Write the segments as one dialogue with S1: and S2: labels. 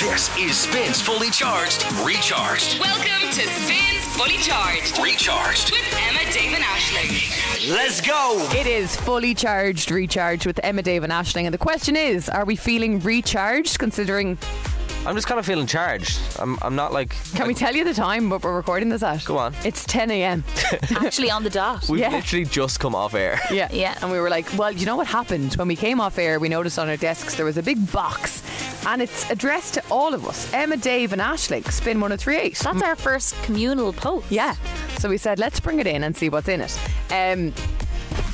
S1: This is Spins Fully Charged, Recharged,
S2: Welcome to Spins Fully Charged
S1: Recharged.
S2: with Emma Damon Ashling.
S1: Let's go.
S3: It is fully charged, recharged with Emma, Dave, and Ashling. And the question is are we feeling recharged considering.
S4: I'm just kind of feeling charged. I'm, I'm not like.
S3: Can we tell you the time what we're recording this at?
S4: Go on.
S3: It's 10 a.m.
S5: Actually, on the dot.
S4: We've
S3: yeah.
S4: literally just come off air.
S3: Yeah.
S5: Yeah.
S3: And we were like, well, you know what happened? When we came off air, we noticed on our desks there was a big box and it's addressed to all of us Emma, Dave, and Ashling, Spin 1038.
S5: That's our first communal post.
S3: Yeah. So we said, let's bring it in and see what's in it. Um,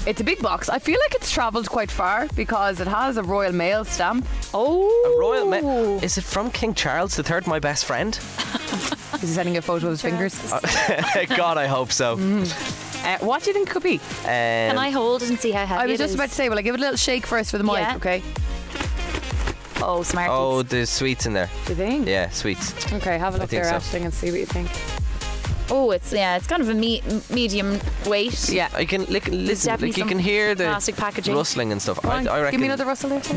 S3: it's a big box. I feel like it's travelled quite far because it has a Royal Mail stamp.
S5: Oh.
S4: Royal Ma- Is it from King Charles III, my best friend?
S3: Is he sending a photo of his fingers?
S4: God, I hope so. Um,
S3: Uh, what do you think it could be?
S5: Mm. Can I hold it and see how heavy
S3: I was
S5: it
S3: just
S5: is?
S3: about to say, well, I give it a little shake first for the mic,
S5: Yeah.
S3: okay?
S5: Oh, smart.
S4: Oh, there's sweets in there.
S3: Do you think?
S4: Yeah, sweets.
S3: Okay, have a look
S4: think
S3: there,
S4: so.
S3: Ashling, and see what you think.
S5: Oh, it's yeah, it's kind of a me- medium weight.
S3: Yeah.
S4: I can lick, listen.
S5: definitely
S4: Like, you
S5: some
S4: can hear the
S5: plastic packaging.
S4: rustling and stuff. I, I reckon.
S3: Give me another rustle there, too.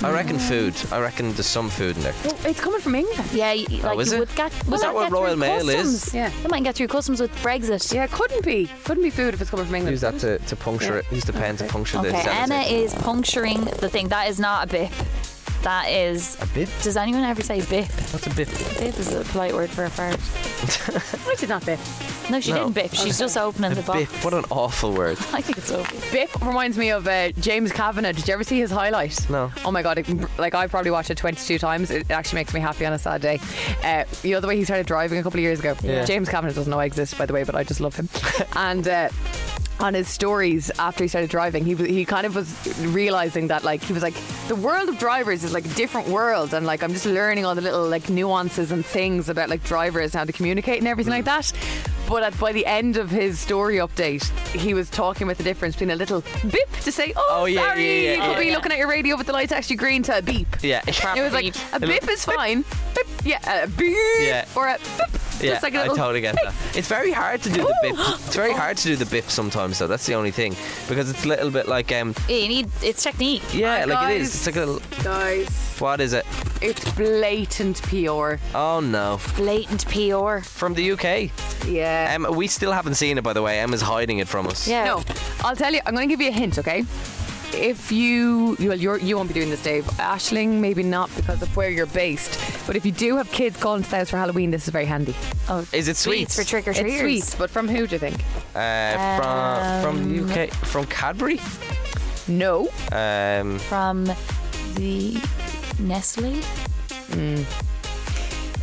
S4: I reckon food. I reckon there's some food in there.
S3: Oh, it's coming from England.
S5: Yeah, y- like
S4: Oh, is
S5: you
S4: it?
S5: would get.
S4: Is that
S5: might
S4: what
S5: get through
S4: Royal Mail is?
S5: customs.
S3: Yeah.
S5: They might get through customs with Brexit.
S3: Yeah, it couldn't be. Couldn't be food if it's coming from England.
S4: Use that to, to puncture it. Use the pen to puncture the
S5: Okay,
S4: sellotape.
S5: Emma is puncturing the thing. That is not a bip. That is.
S4: A bit.
S5: Does anyone ever say bip?
S4: That's a bit.
S5: Bip is a polite word for a fart.
S3: I did not bip.
S5: No, she
S4: No.
S5: didn't bip. She's just opening the box.
S4: Bit. What an awful word.
S5: I think it's over.
S3: Bip reminds me of uh, James Kavanagh. Did you ever see his highlight?
S4: No.
S3: Oh my god! It, like I've probably watched it 22 times. It actually makes me happy on a sad day. Uh, you know the way he started driving a couple of years ago.
S4: Yeah.
S3: James Kavanagh doesn't know I exist, by the way, but I just love him. and. Uh, on his stories after he started driving, he w- he kind of was realizing that like he was like the world of drivers is like a different world, and like I'm just learning all the little like nuances and things about like drivers and how to communicate and
S4: Mm.
S3: everything like that. But at, by the end of his story update, he was talking about the difference between a little bip to say, "Oh,
S4: Oh, yeah, yeah,
S3: sorry,"
S4: yeah,
S3: it could
S4: yeah.
S3: be
S5: Yeah.
S3: looking at your radio, but the light's actually green to a beep.
S4: Yeah.
S3: It was like a
S4: Beep.
S3: bip is fine. Bip. Yeah, a beep
S4: Yeah.
S3: or a bip.
S4: Yeah,
S3: just like a
S4: I
S3: little
S4: totally get that. It's very hard to do the bip. It's very hard to do the bip sometimes, though. That's the only thing because it's a little bit like um,
S5: Yeah, you need. It's technique.
S4: yeah,
S3: Hi,
S4: like it
S3: guys.
S4: is. It's like a little,
S3: Guys,
S4: what is it?
S3: it's blatant PR.
S4: Oh no,
S5: Blatant PR.
S4: from the UK.
S3: Yeah.
S4: Um, we still haven't seen it, by the way. Emma's hiding it from us.
S5: Yeah.
S3: No, I'll tell you. I'm going to give you a hint, okay? If you well, you're, you won't be doing this, Dave. Ashling, maybe not because of where you're based. But if you do have kids calling to the house for Halloween, this is very handy.
S5: Oh,
S4: Is it sweets?
S5: for trick or treaters?
S3: It's sweet, but from who do you think?
S4: Uh, from from the UK, from Cadbury.
S3: No,
S4: Um,
S5: from the Nestle.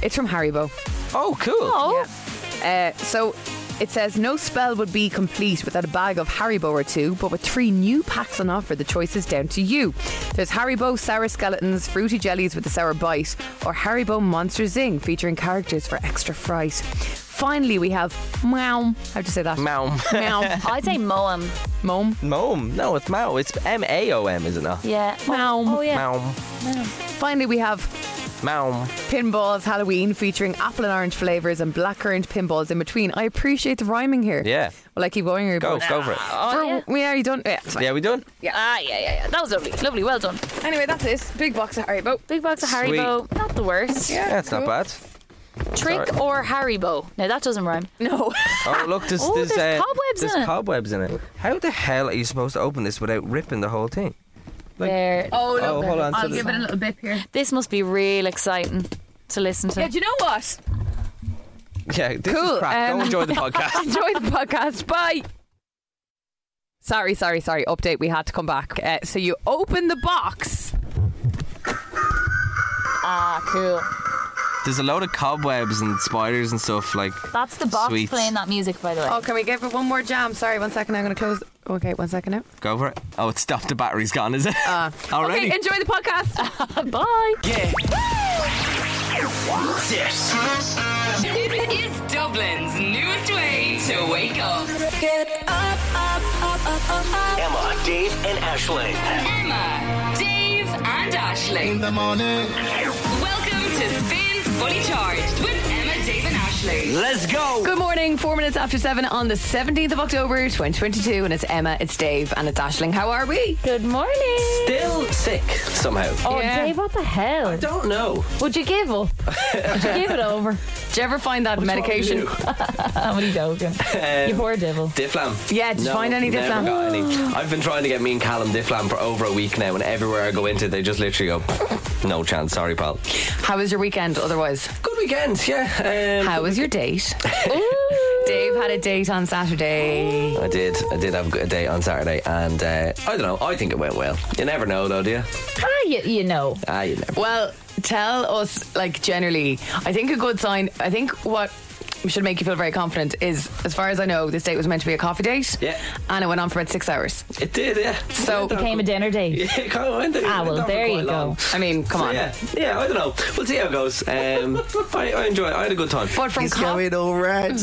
S3: it's from Haribo.
S4: oh, cool.
S5: Oh,
S3: Uh, so it says no spell would be complete without a bag of Haribo or two, but with three new packs on offer, the choice is down to you. There's Haribo Sour Skeletons, Fruity Jellies with a Sour Bite, or Haribo Monster Zing featuring characters for extra fright. Finally, we have Mom. How'd you say that?
S4: Maum.
S3: Mom.
S5: I'd say Moam.
S3: Mom.
S4: Mom. No, it's Mao. It's M A O M, isn't it?
S5: Yeah.
S3: Moam.
S5: Oh yeah.
S4: Maum.
S3: Finally, we have
S4: Maum.
S3: Pinballs Halloween featuring apple and orange flavours and blackcurrant pinballs in between. I appreciate the rhyming here.
S4: Yeah.
S3: Well, I keep going. or-
S4: Go, go for it.
S6: Oh,
S3: For,
S5: yeah.
S3: yeah, you don't. Yeah, it's fine.
S4: Yeah, we done.
S5: Ah, Oh, yeah, yeah, yeah. That was lovely. Lovely. Well done.
S3: Anyway, that's it. Big box of Haribo.
S5: Big box of Haribo. Not the worst.
S4: Yeah, it's not
S3: cool.
S4: bad.
S5: Trick
S4: Sorry.
S5: or Haribo. Now that doesn't rhyme.
S3: No.
S4: Oh look, there's,
S5: Oh,
S4: there's,
S5: there's
S4: uh,
S5: cobwebs
S4: there's
S5: in it.
S4: cobwebs in it. How the hell are you supposed to open this without ripping the whole thing? Like-
S5: There.
S3: Oh,
S4: Oh, hold on. so there's-
S3: a little bit here.
S5: This must be real exciting to listen to.
S3: Yeah, do you know what?
S4: yeah, this
S3: Cool,
S4: is crap.
S3: um,
S4: Go enjoy the podcast.
S3: Enjoy the podcast. Bye. Sorry, sorry, sorry. Update. We had to come back. Uh, so you open the box.
S5: ah, cool.
S4: There's a load of cobwebs and spiders and stuff. Like
S5: That's the box
S4: Sweet.
S5: playing that music, by the way.
S3: Oh, can we give it one more jam? Sorry, one second. I'm going to close. Okay, one second now.
S4: go for it. Oh, it stopped. The battery's gone. Is it? Already.
S3: Okay, enjoy the podcast.
S5: Bye.
S1: Yeah. This
S2: This is Dublin's newest way to wake up.
S1: Emma, Dave, and Ashling.
S2: Emma, Dave, and Ashling.
S6: the morning.
S2: Welcome to Spins Fully Charged with Emma, Dave, and Ashling.
S1: Let's go.
S3: Good morning, four minutes after seven on the 17th of October 2022, and it's Emma, it's Dave, and it's Ashling. How are we?
S6: Good morning.
S4: Still sick somehow.
S6: Oh,
S3: Yeah.
S6: Dave, what the hell?
S4: Don't know.
S6: Would you give up? Would you give it over?
S3: Did you ever find that medication?
S6: I'm only joking. you poor devil.
S4: Difflam.
S3: Yeah, did you find any
S4: Uh, never
S3: Difflam?
S4: got any. I've been trying to get me and Callum Difflam for over a week now, and everywhere I go into, they just literally go, "No chance, sorry, pal."
S3: How was your weekend otherwise?
S4: Good weekend, yeah. Um,
S3: How was your date?
S6: Ah,
S3: Dave had a date on Saturday.
S4: I did. I did have a good day on Saturday, and uh, I don't know. I think it went well. You never know, though, do you?
S6: Ah, you, you know.
S4: Ah, you never.
S3: Well, tell us, like, generally, I think a good sign, I think what should make you feel very confident is, as far as I know, this date was meant to be a coffee date.
S4: Yeah.
S3: And it went on for about six hours.
S4: It did, yeah.
S3: So-
S4: Oh,
S6: Came a dinner date.
S4: Yeah, it kind of went
S6: Ah, well,
S4: went on for
S6: there you
S4: quite
S6: go.
S4: long.
S3: I mean, come
S4: So,
S3: on.
S4: yeah, yeah, I don't know. We'll see how it goes. Um, I, I enjoy it. I had a good time.
S3: But from co-
S4: all right.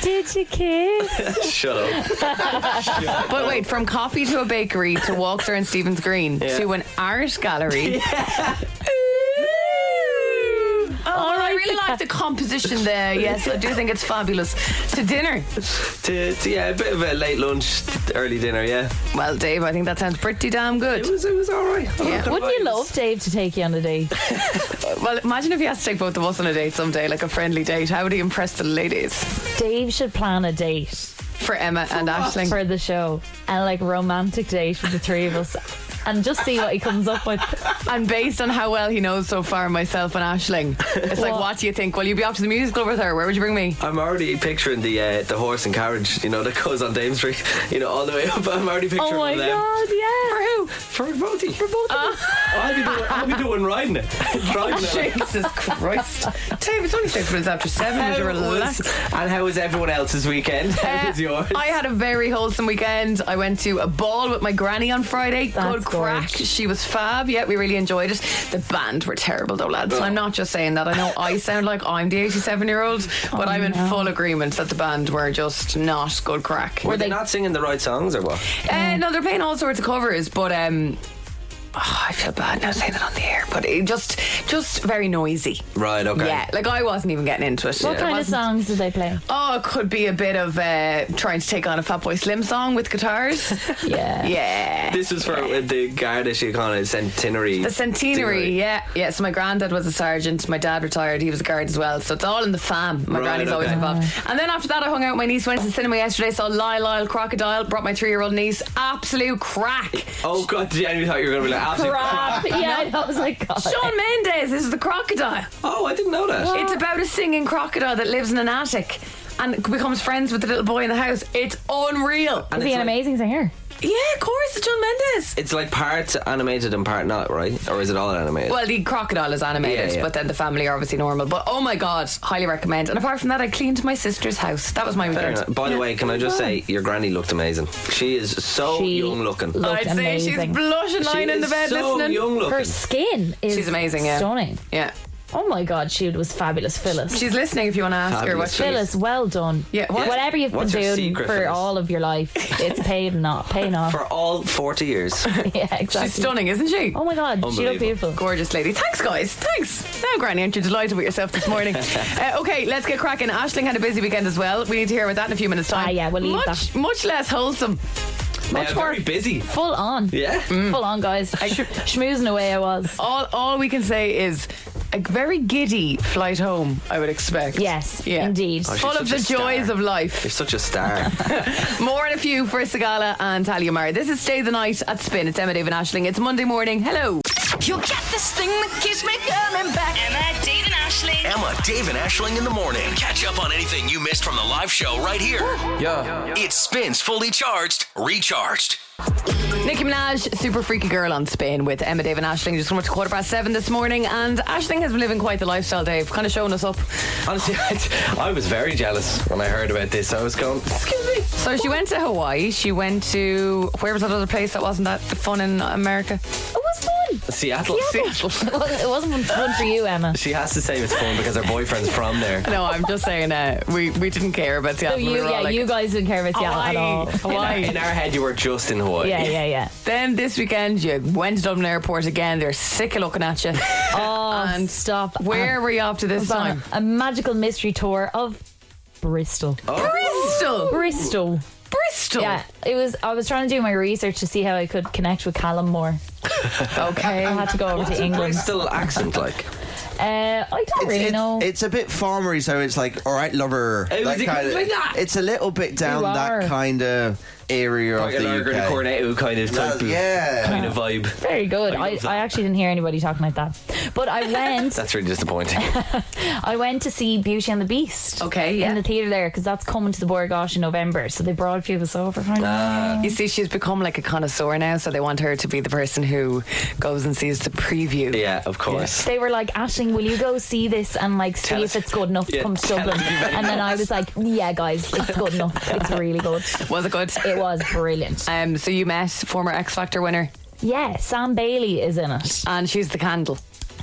S6: Did you kiss?
S4: Shut up.
S3: but wait, from coffee to a bakery to walks around Stephen's Green
S4: Yeah.
S3: to an art gallery. Oh, I really like the composition there. Yes, I do think it's fabulous. To dinner.
S4: to, to, yeah, a bit of a late lunch, t- early dinner. Yeah,
S3: Well, Dave, I think that sounds pretty damn
S4: it
S3: good.
S4: was it was all right. I'm not
S3: Yeah.
S4: gonna
S6: Wouldn't you
S4: lie, it
S6: love
S4: was-
S6: Dave to take you on a date?
S3: Well, imagine if he has to take both of us on a date someday, like a friendly date. How would he impress the ladies?
S6: Dave should plan a date
S3: For Emma and Ashling.
S6: for the show and like romantic date with the three of us and just see what he comes up with.
S3: And based on how well he knows so far, myself and Ashling, it's like,
S6: What?
S3: what do you think? Well, you'd be off to the musical with her. Where would you bring me?
S4: I'm already picturing the uh, the horse and carriage, you know, that goes on Dame Street, you know, all the way up. I'm already picturing
S6: Oh my
S4: them.
S6: god, yeah.
S3: For who?
S4: For both of you. For both I'll, be doing, I'll be doing riding it. Driving it.
S3: Jesus Christ. Dave, it's only six minutes after seven. Would you
S4: How was-
S3: relax?
S4: and how was everyone else's weekend? How
S3: Uh,
S4: was yours?
S3: I had a very wholesome weekend. I went to a ball with my granny on Friday.
S6: That's
S3: Good crack.
S6: gorge.
S3: She was fab. Yeah, we really enjoyed it. The band were terrible though, lads. And I'm not just saying that. I know I sound like I'm the 87 year old,
S4: Oh,
S3: but I'm in full agreement that the band were just not good crack.
S4: Were they
S6: they-
S4: not singing the right songs or what?
S3: Uh, no, they're playing all sorts of covers, but um, oh, I feel bad now saying that on the air. But it just, just very noisy.
S4: Right, okay.
S3: Yeah, like I wasn't even getting into it.
S6: What
S3: It
S6: kind of
S3: wasn't-
S6: songs did they play?
S3: Oh, it could be a bit of uh, trying to take on a Fatboy Slim song with guitars.
S6: Yeah.
S3: yeah.
S4: This was for uh, the Garda Síochána centenary.
S3: The centenary, yeah, yeah. So my granddad was a sergeant. My dad retired. He was a guard as well. So it's all in the fam. My
S4: Right,
S3: granny's always
S4: okay.
S3: involved. And then after that, I hung out. with My niece went to the cinema yesterday. Saw Lyle Lyle Crocodile. Brought my three-year-old niece. Absolute crack.
S4: Oh god, did you thought you were going to be like absolutely
S6: Crap. Yeah, that was like god.
S3: Sean Mendes is the crocodile.
S4: Oh, I didn't know that.
S3: It's about a singing crocodile that lives in an attic and becomes friends with the little boy in the house. It's unreal.
S4: And it's
S6: Is he an
S4: like-
S6: amazing singer?
S3: Yeah, of course, it's John Mendes.
S4: It's like part animated and part not, right? Or is it all animated?
S3: Well, the crocodile is animated,
S4: Yeah, yeah.
S3: but then the family are obviously normal. But oh my god, highly recommend. And apart from that, I cleaned my sister's house. That was my
S4: Fair enough.
S3: weekend.
S4: By the way, can I just say your granny looked amazing. She is so
S6: She
S4: young looking.
S6: looked
S3: I'd say
S6: amazing.
S3: she's blushing
S4: She
S3: lying in the
S4: is
S3: bed
S4: so
S3: listening.
S4: young looking.
S6: Her skin is
S3: She's amazing, yeah.
S6: stunning.
S3: Yeah,
S6: Oh my god, she was fabulous, Phyllis.
S3: she's listening. If you want to ask her what
S4: Fabulous.
S3: she
S6: Phyllis, well done.
S3: Yeah, what-
S6: whatever you've
S4: What's
S6: been
S4: your
S6: doing
S4: secret,
S6: for
S4: Phyllis?
S6: all of your life, it's paid not paying off.
S4: for all 40 years.
S6: yeah, exactly.
S3: she's stunning, isn't she?
S6: Oh my god, she
S4: Unbelievable.
S6: looked beautiful.
S3: Gorgeous lady. Thanks, guys. Thanks. Now, Granny, aren't you delighted with yourself this morning? uh, okay, let's get cracking. Ashling had a busy weekend as well. We need to hear about that in a few minutes' time.
S6: Ah, yeah, we'll leave
S3: much, Much less wholesome.
S4: Much
S6: more-
S4: very busy.
S6: Full on.
S4: Yeah.
S3: Mm.
S6: Full on, guys. Sh- schmoozing away I was.
S3: All, all we can say is a very giddy flight home, I would expect.
S6: Yes,
S3: Yeah. Oh,
S6: indeed.
S4: she's
S3: Full of the
S4: such a
S3: joys
S4: star.
S3: of life.
S4: You're such a star.
S3: More in a few for Sagala and Talia Mara. This is Stay the Night at Spin. It's Emma Dave and Ashling. It's Monday morning. Hello.
S2: You'll get this thing that keeps me coming back. Emma, Dave, and Ashley.
S1: Emma, Dave, and Ashling in the morning. Catch up on anything you missed from the live show right here.
S4: yeah.
S1: It spins fully charged, recharged.
S3: Nicki Minaj, super freaky girl on Spain with Emma, Dave, and Ashling. Just come up to quarter past seven this morning, and Ashling has been living quite the lifestyle. Dave, kind of showing us up.
S4: Honestly, I, I was very jealous when I heard about this. I was going, excuse me.
S3: So she went to Hawaii. She went to where was that other place that wasn't that the fun in America?
S6: It was fun.
S4: Seattle. Seattle.
S6: Well, it wasn't fun for you, Emma.
S4: She has to say it's fun because her boyfriend's from there.
S3: No, I'm just saying uh, we we didn't care about
S6: So
S3: Seattle. We
S6: you,
S3: were all
S6: yeah,
S3: like,
S6: you guys didn't care about Seattle at all.
S3: Hawaii.
S4: In our head, you were just in Hawaii.
S6: Yeah, yeah, yeah.
S3: Then this weekend you went to Dublin Airport again. They're sick of looking at you.
S6: Oh,
S3: And
S6: stop.
S3: Where were you off to this
S6: was on
S3: time?
S6: a, a magical mystery tour of Bristol.
S3: Oh.
S4: Oh.
S3: Bristol.
S6: Bristol.
S3: Oh. Bristol.
S6: Yeah, it was. I was trying to do my research to see how I could connect with Callum more. I
S3: Okay.
S6: had to go over to England.
S4: Bristol accent like.
S6: Uh, I don't really
S7: it's,
S6: know.
S7: it's a bit farmery, so it's like, all right, lover.
S4: Hey, was it
S7: kinda-
S4: like that?
S7: It's a little bit down
S6: You are.
S7: that kind of area of the UK.
S4: Cornetto kind of type of
S7: yeah.
S4: kind of vibe.
S6: very good.
S4: I
S6: I,
S4: love
S6: I
S4: that.
S6: actually didn't hear anybody talking like that. But I went.
S4: That's really disappointing.
S6: I went to see Beauty and the Beast.
S3: Okay,
S6: In
S3: yeah.
S6: the theatre there because that's coming to the Borgosh in November. So they brought a few of us over.
S4: Ah. Uh,
S3: You see, she's become like a connoisseur now, so they want her to be the person who goes and sees the preview.
S4: yeah, of course.
S6: They were like, Ashling, will you go see this and like see
S4: Tell
S6: if
S4: us-
S6: it's good enough to
S4: Yeah,
S6: come to
S4: tell
S6: Dublin?
S4: us if it
S6: And then I was like, yeah, guys, it's good enough. It's really good.
S3: Was it good?
S6: It was brilliant.
S3: Um, so you met former X Factor winner,
S6: Yeah, Sam Bailey is in it.
S3: and she's the candle.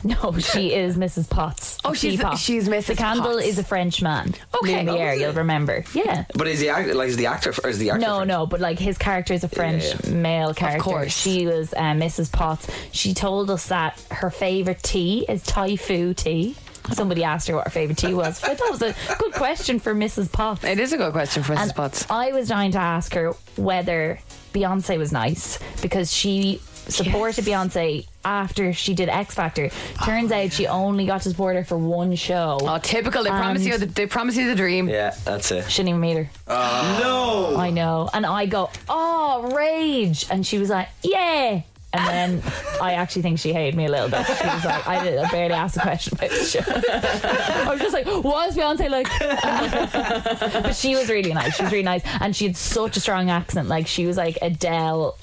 S6: No, she is Mrs. Potts.
S3: Oh, she's-
S6: Teapot.
S3: she's Mrs.
S6: The candle
S3: Potts.
S6: is a French man.
S3: Okay.
S6: Lumiere,
S3: Oh, is it?
S6: you'll remember. Yeah.
S4: But is the act, like is the actor is the actor?
S6: No, no, but like his character is a French
S4: Yeah,
S6: male character.
S3: course.
S6: She was uh, Mrs. Potts. She told us that her favourite tea is Thai foo tea. Somebody asked her what her favourite tea was. But that was a good question for Mrs. Potts.
S3: It is a good question for
S6: And
S3: Mrs. Potts.
S6: I was dying to ask her whether Beyonce was nice because she supported Beyonce after she did X Factor. Turns out she only got to support her for one show.
S3: Oh, typical. They promise
S6: And-
S3: you. The, they promise you the dream.
S4: Yeah, that's it.
S6: Shouldn't even meet her.
S4: No.
S6: I know. And I go, oh, rage. And she was like, yeah. And then I actually think she hated me a little bit. She was like, I, did, I barely asked a question about the show. I was just like, was Beyonce like? but she was really nice. She was really nice. And she had such a strong accent. Like, she was like Adele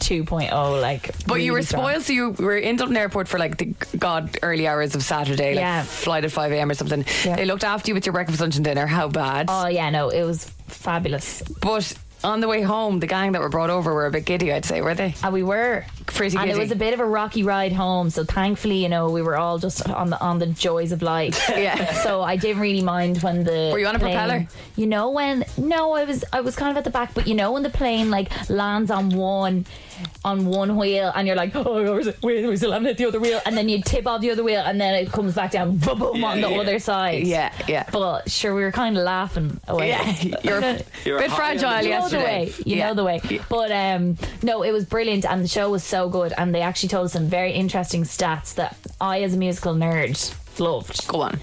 S6: 2.0. Like,
S3: But you
S6: really
S3: were
S6: strong.
S3: spoiled, so you were in Dublin Airport for like the god early hours of Saturday, like
S6: Yeah.
S3: flight at five a.m. or something.
S6: Yeah.
S3: They looked after you with your breakfast, lunch, and dinner. How bad?
S6: Oh, yeah, no, it was fabulous.
S3: but on the way home, the gang that were brought over were a bit giddy. I'd say, were they?
S6: And we were.
S3: Pretty
S6: And it
S3: giddy.
S6: was a bit of a rocky ride home. So thankfully, you know, we were all just on the on the joys of life.
S3: Yeah.
S6: so I didn't really mind when the
S3: Were you on a
S6: plane-
S3: propeller?
S6: You know when no, I was I was kind of at the back, but you know when the plane like lands on one on one wheel and you're like, oh, where's it? Where is it? I'm at the other wheel, and then you tip off the other wheel, and then it comes back down, boom, boom on the
S4: yeah.
S6: other side.
S3: Yeah, yeah.
S6: But sure, we were kind of laughing away.
S3: you're a
S4: You're
S3: bit
S4: high on the
S3: fragile
S4: job.
S6: You know the
S3: yesterday.
S6: way. You
S3: Yeah.
S6: know the way. But um, no, it was brilliant, and the show was so good. And they actually told us some very interesting stats that I, as a musical nerd, loved.
S3: Go on.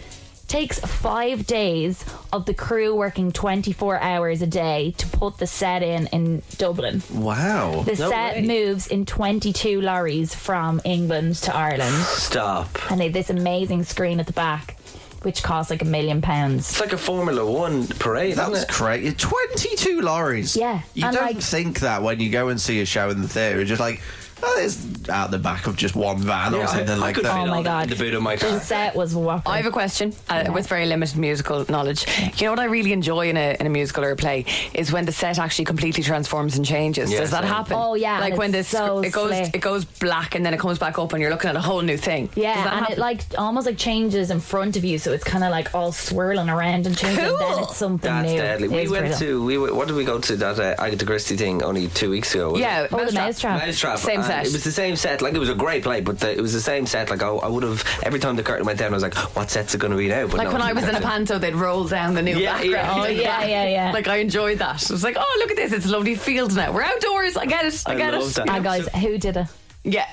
S6: Takes five days of the crew working twenty four hours a day to put the set in in Dublin.
S7: Wow.
S6: The set
S4: way.
S6: moves in twenty two lorries from England to Ireland,
S4: Stop.
S6: and they have this amazing screen at the back, which costs like a million pounds.
S4: It's like a Formula One parade,
S7: That
S4: isn't
S7: was
S4: it?
S7: crazy. 22 lorries.
S6: Yeah,
S7: You
S6: and
S7: don't
S6: like-
S7: think that when you go and see a show in the theatre. You're just like, oh, it's out the back of just one van or
S4: Yeah,
S7: something
S4: I
S7: like
S4: could
S7: that.
S4: fit
S6: Oh
S4: all
S6: my
S4: that
S6: God.
S4: in The boot of my
S6: The
S4: car.
S6: set was whopper.
S3: I have a question uh, with very limited musical knowledge. You know what I really enjoy in a, in a musical or a play is when the set actually completely transforms and changes.
S4: Yeah,
S3: Does that
S4: same.
S3: happen?
S6: Oh, yeah,
S3: like
S6: and
S3: when
S6: it's
S3: this
S6: so
S3: it goes
S6: slick.
S3: it goes black and then it comes back up and you're looking at a whole new thing.
S6: Yeah,
S3: Does
S6: and
S3: that happen?
S6: it like almost like changes in front of you, so it's kind of like all swirling around and changing. and Then
S3: Cool.
S6: it's something
S4: That's
S6: new.
S4: deadly.
S6: It
S4: We
S6: is
S4: went
S6: brilliant.
S4: to we went, what did we go to that uh, Agatha Christie thing only two weeks ago? wasn't
S3: yeah,
S4: it?
S6: Oh, the
S3: Mousetrap.
S6: Mousetrap.
S4: Mousetrap.
S3: Same
S4: And
S3: set.
S4: uh, It was the same set. Like it was a great play, but the, it was the same set. Like I, I would have every time the curtain went down, I was like, "What set's it going to be now?" But
S3: Like
S4: no,
S3: when I was in a
S4: that's it.
S3: panto, they'd roll down the new
S4: Yeah, yeah.
S3: background.
S4: Oh,
S6: yeah, yeah, yeah.
S3: Like I enjoyed that. It was like, oh, look at this. It's a lovely field now. We're outdoors. I get it. I,
S4: I
S3: get
S4: love
S3: it.
S4: that.
S6: Ah, guys, who did it?
S3: Yeah.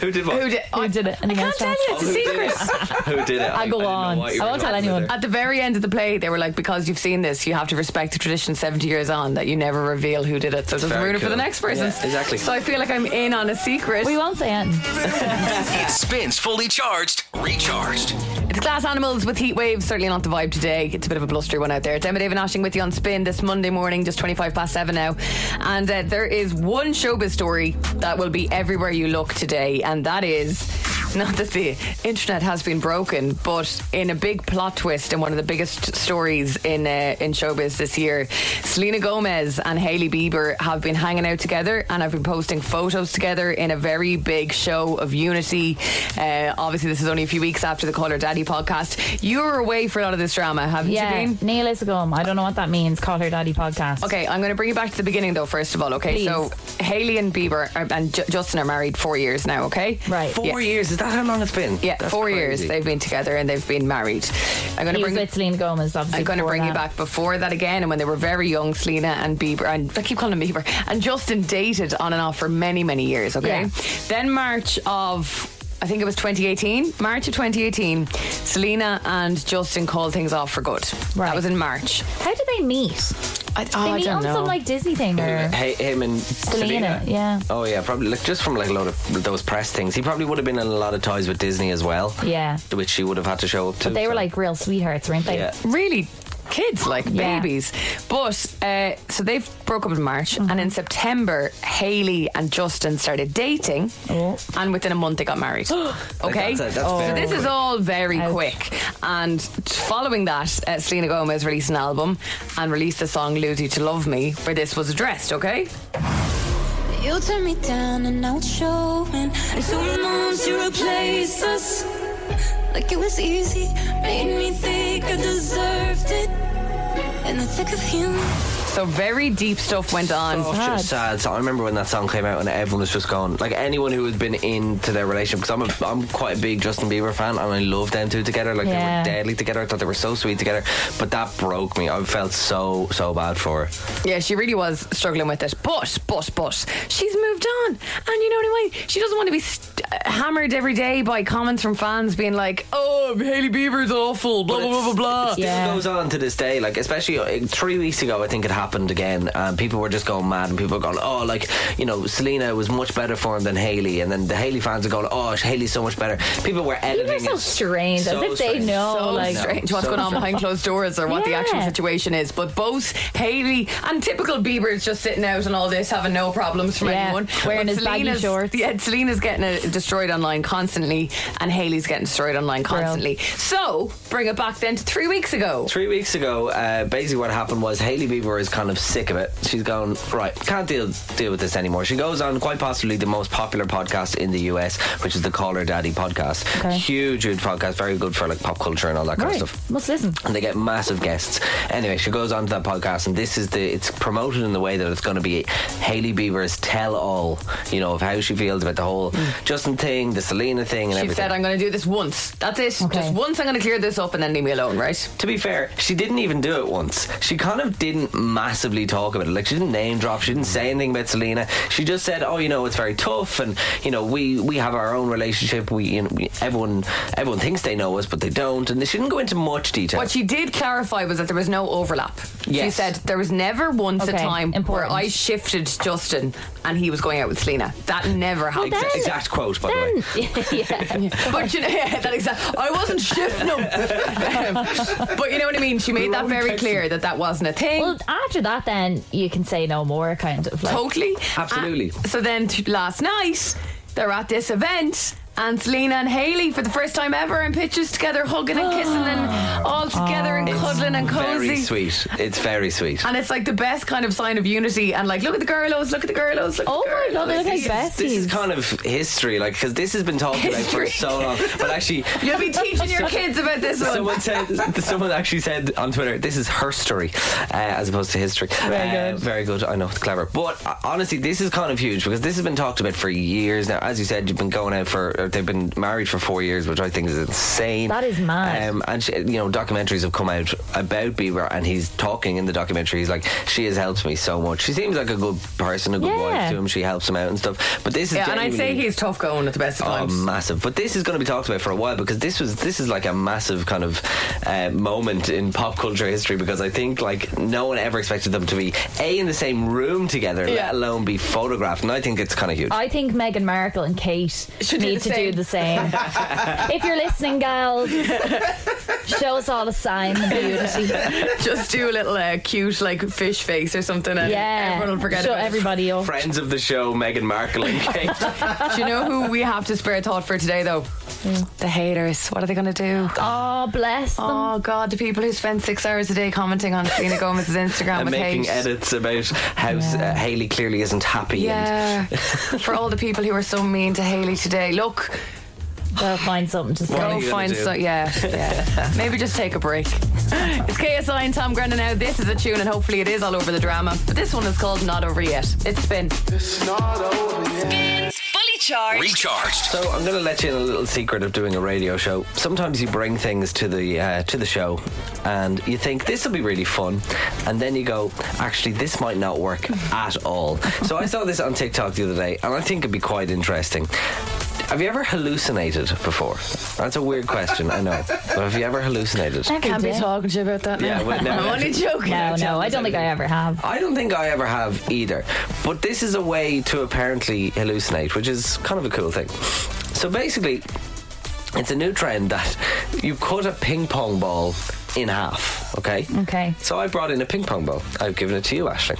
S4: Who did what?
S3: Who did,
S6: Who
S3: I,
S6: did it?
S3: I
S6: And the
S3: can't tell
S6: Mousetrap?
S3: you. It's a
S4: Who did
S3: secret.
S4: it? Who did it?
S6: go
S4: didn't know
S6: on.
S4: what you
S6: I
S4: were
S6: won't tell
S4: talking
S6: anyone.
S4: about
S3: At the very end of the play, they were like, because you've seen this, you have to respect the tradition 70 years on that you never reveal who did it. So it doesn't
S4: very
S3: ruin it for
S4: cool.
S3: the next person.
S4: Yeah, exactly.
S3: So I feel like I'm in on a secret.
S6: We won't say it.
S1: It spins fully charged, recharged.
S3: It's Glass Animals with Heat Waves. Certainly not the vibe today. It's a bit of a blustery one out there. It's Emma David Ashing with you on Spin this Monday morning, just 25 past seven now. And uh, there is one showbiz story that will be everywhere you look today, and that is not that the internet has been broken, but in a big plot twist and one of the biggest stories in uh, in showbiz this year, Selena Gomez and Hailey Bieber have been hanging out together and have been posting photos together in a very big show of unity. Uh, obviously, this is only a few weeks after the Call Her Daddy Daddy podcast. You were away for a lot of this drama, haven't
S6: Yeah,
S3: you been?
S6: Neil Isagum. I don't know what that means. Call her daddy podcast.
S3: Okay, I'm going to bring you back to the beginning though. First of all, okay.
S6: Please.
S3: So Haley and Bieber are, and Ju- Justin are married four years now. Okay,
S6: Right.
S4: Four years. Is that how long it's been?
S3: Yeah,
S4: That's
S3: four
S4: crazy.
S3: years they've been together and they've been married. I'm going to
S6: He was
S3: bring
S6: with Selena Gomez, obviously.
S3: I'm going to
S6: before
S3: bring you
S6: that.
S3: back before that again, and when they were very young, Selena and Bieber, and I keep calling him Bieber, and Justin dated on and off for many, many years. Okay,
S6: Yeah.
S3: then March of. I think it was 2018, March of 2018. Selena and Justin called things off for good. That
S6: Right.
S3: was in March.
S6: How did they meet?
S3: I, oh,
S6: They
S3: I
S6: meet
S3: don't
S6: on
S3: know.
S6: some like Disney thing or
S4: Hey, him and Selena.
S6: Uh-huh. Selena. Yeah.
S4: Oh yeah, probably like just from like a lot of those press things. He probably would have been in a lot of ties with Disney as well.
S6: Yeah.
S4: which he would have had to show up to.
S6: They were
S4: so-
S6: like real sweethearts, weren't they?
S4: yeah.
S3: really kids like
S6: Yeah.
S3: babies but uh, so they broke up in march
S4: Mm-hmm.
S3: and in september haley and justin started dating and within a month they got married okay
S4: Oh. that's a- that's
S3: so
S4: very
S3: this is
S4: quick.
S3: all very
S6: Ouch.
S3: quick and following that uh, selena gomez released an album and released the song lose you to love me where this was addressed okay
S8: You turn me down and out showing. And two months you replace us. Like it was easy, made me think I deserved it. In the thick of you,
S3: so very deep stuff went on
S4: Such a sad song. I remember when that song came out and everyone was just gone. Like anyone who had been into their relationship, because I'm a, I'm quite a big Justin Bieber fan and I love them two together. Like
S6: Yeah.
S4: they were deadly together. I thought they were so sweet together. But that broke me. I felt so so bad for her.
S3: Yeah, she really was struggling with it. But, but, but, she's moved on. And you know what I mean? She doesn't want to be st- uh, hammered every day by comments from fans being like, oh, Hailey Bieber's awful, blah,
S4: But
S3: blah,
S4: it's-
S3: blah, blah,
S4: It
S3: blah.
S4: still
S6: Yeah.
S4: goes on to this day. Like especially uh, three weeks ago, I think it happened again. Um, people were just going mad, and people were going, "Oh, like you know, Selena was much better for him than Haley." And then the Haley fans are going, "Oh, Haley's so much better." People were editing.
S6: People are so
S4: it
S6: strange,
S4: so
S6: as if they
S4: strange.
S6: know.
S3: So
S6: like,
S3: strange what's
S4: so
S3: going on
S4: strange.
S3: behind closed doors or what the actual
S6: Yeah.
S3: situation is. But both Haley and typical Bieber's just sitting out and all this, having no problems from
S6: Yeah,
S3: anyone.
S6: wearing
S3: But
S6: his baggy
S3: Selena's-
S6: shorts.
S3: Yeah, Selena's getting uh, destroyed online constantly, and Haley's getting destroyed online constantly. So bring it back then to three weeks ago.
S4: Three weeks ago, uh, basically what happened was Hailey Bieber is kind of sick of it. She's going right, can't deal deal with this anymore. She goes on quite possibly the most popular podcast in the US, which is the Caller Daddy podcast.
S6: Okay.
S4: Huge, huge podcast, very good for like pop culture and all that kind
S6: Right.
S4: of stuff.
S6: Must listen.
S4: and they get massive guests. Anyway, she goes on to that podcast, and this is the it's promoted in the way that it's going to be Haley Bieber's tell all, you know, of how she feels about the whole Justin thing, the Selena thing, and
S3: Mm. She
S4: everything.
S3: said, I'm going to do this once. That's it.
S6: Okay.
S3: Just once I'm going to clear this up and then leave me alone, right?
S4: to be fair, she didn't even do it once. She kind of didn't massively talk about it. Like she didn't name drop. She didn't say anything about Selena. She just said, "Oh, you know, it's very tough, and you know, we we have our own relationship. We, you know, we- everyone everyone thinks they know us, but they don't." And she didn't go into much detail.
S3: What she did clarify was that there was no overlap. She
S4: Yes.
S3: said there was never once a
S6: Okay,
S3: time
S6: important.
S3: where I shifted Justin and he was going out with Selena. That never happened.
S4: Exa- exact quote, by the way.
S6: yeah.
S3: But you know, yeah, that exact. I wasn't shifting him. Um, but you know what I mean. She made that very clear that that wasn't a thing.
S6: Well, after that, then you can say no more, kind of. Like,
S3: totally.
S4: Absolutely.
S3: Uh, so then t- last night, they're at this event. And Selena and Haley, for the first time ever, in pictures together, hugging and kissing and all together
S6: Oh,
S3: and cuddling and cozy.
S4: Very sweet. It's very sweet.
S3: And it's like the best kind of sign of unity. And like, look at the girlos, look at the girlos. Look
S6: Oh
S3: at the
S6: my
S3: girlos.
S6: God, they look like
S4: This is- This is
S6: besties.
S4: kind of history, like because this has been talked about for
S3: History.
S4: so long. But actually,
S3: You'll be teaching your kids about this one.
S4: someone said someone actually said on Twitter this is her story uh, as opposed to history very
S6: good.
S4: very good I know it's clever but uh, honestly this is kind of huge because this has been talked about for years now as you said you've been going out for or they've been married for four years which I think is insane
S6: That is mad.
S4: um, and she, you know documentaries have come out about Bieber and he's talking in the documentary he's like she has helped me so much she seems like a good person a good wife
S6: Yeah.
S4: to him she helps him out and stuff but this is
S3: yeah, and I'd say
S4: genuinely-
S3: he's tough going at the best of
S4: Oh,
S6: Um,
S3: times.
S4: massive! But this is going to be talked about for a while because this was this is like a massive kind of uh, moment in pop culture history because I think like no one ever expected them to be a in the same room together,
S3: Yeah.
S4: let alone be photographed. And I think it's kind of huge.
S6: I think Meghan Markle and Kate
S3: Should do
S6: need
S3: the
S6: to do
S3: same.
S6: the same. if you're listening, gals, show us all a sign of beauty.
S3: Just do a little uh, cute, like, fish face or something, and
S6: Yeah.
S3: everyone will forget
S6: show
S3: about it.
S6: everybody up.
S4: Friends of the show, Meghan Markle and Kate.
S3: Do you know who we have to spare thought for today, though?
S6: Hmm.
S3: The haters. What are they going to do?
S6: Oh, bless them.
S4: Ah.
S3: Oh God, the people who spend six hours a day commenting on Selena Gomez's Instagram
S4: and
S3: with
S4: making
S3: hate.
S4: edits about how uh, Haley clearly isn't happy.
S3: Yeah, for all the people who are so mean to Haley today. Look,
S6: They'll find something to
S4: What are
S6: say.
S4: you
S3: Go
S4: gonna
S3: find
S4: do?
S3: some. Yeah, yeah. Maybe just take a break. It's KSI and Tom Grennan now. This is a tune, and hopefully it is all over the drama. But this one is called Not Over Yet. It's been.
S2: Spins fully charged.
S1: Recharged.
S4: So I'm going to let you in a little secret of doing a radio show. Sometimes you bring things to the uh, to the show, and you think this will be really fun, and then you go, actually, this might not work at all. So I saw this on TikTok the other day, and I think it'd be quite interesting. Have you ever hallucinated before? That's a weird question, I know. But have you ever hallucinated?
S6: Can't be talked.
S3: to you about that.
S4: Yeah, well, no.
S3: I'm only joking.
S6: No, no, I don't think I ever have.
S4: I don't think I ever have either. But this is a way to apparently hallucinate, which is kind of a cool thing. So basically, it's a new trend that you cut a ping pong ball in half, okay?
S6: Okay.
S4: So I brought in a ping pong ball. I've given it to you, Ashley.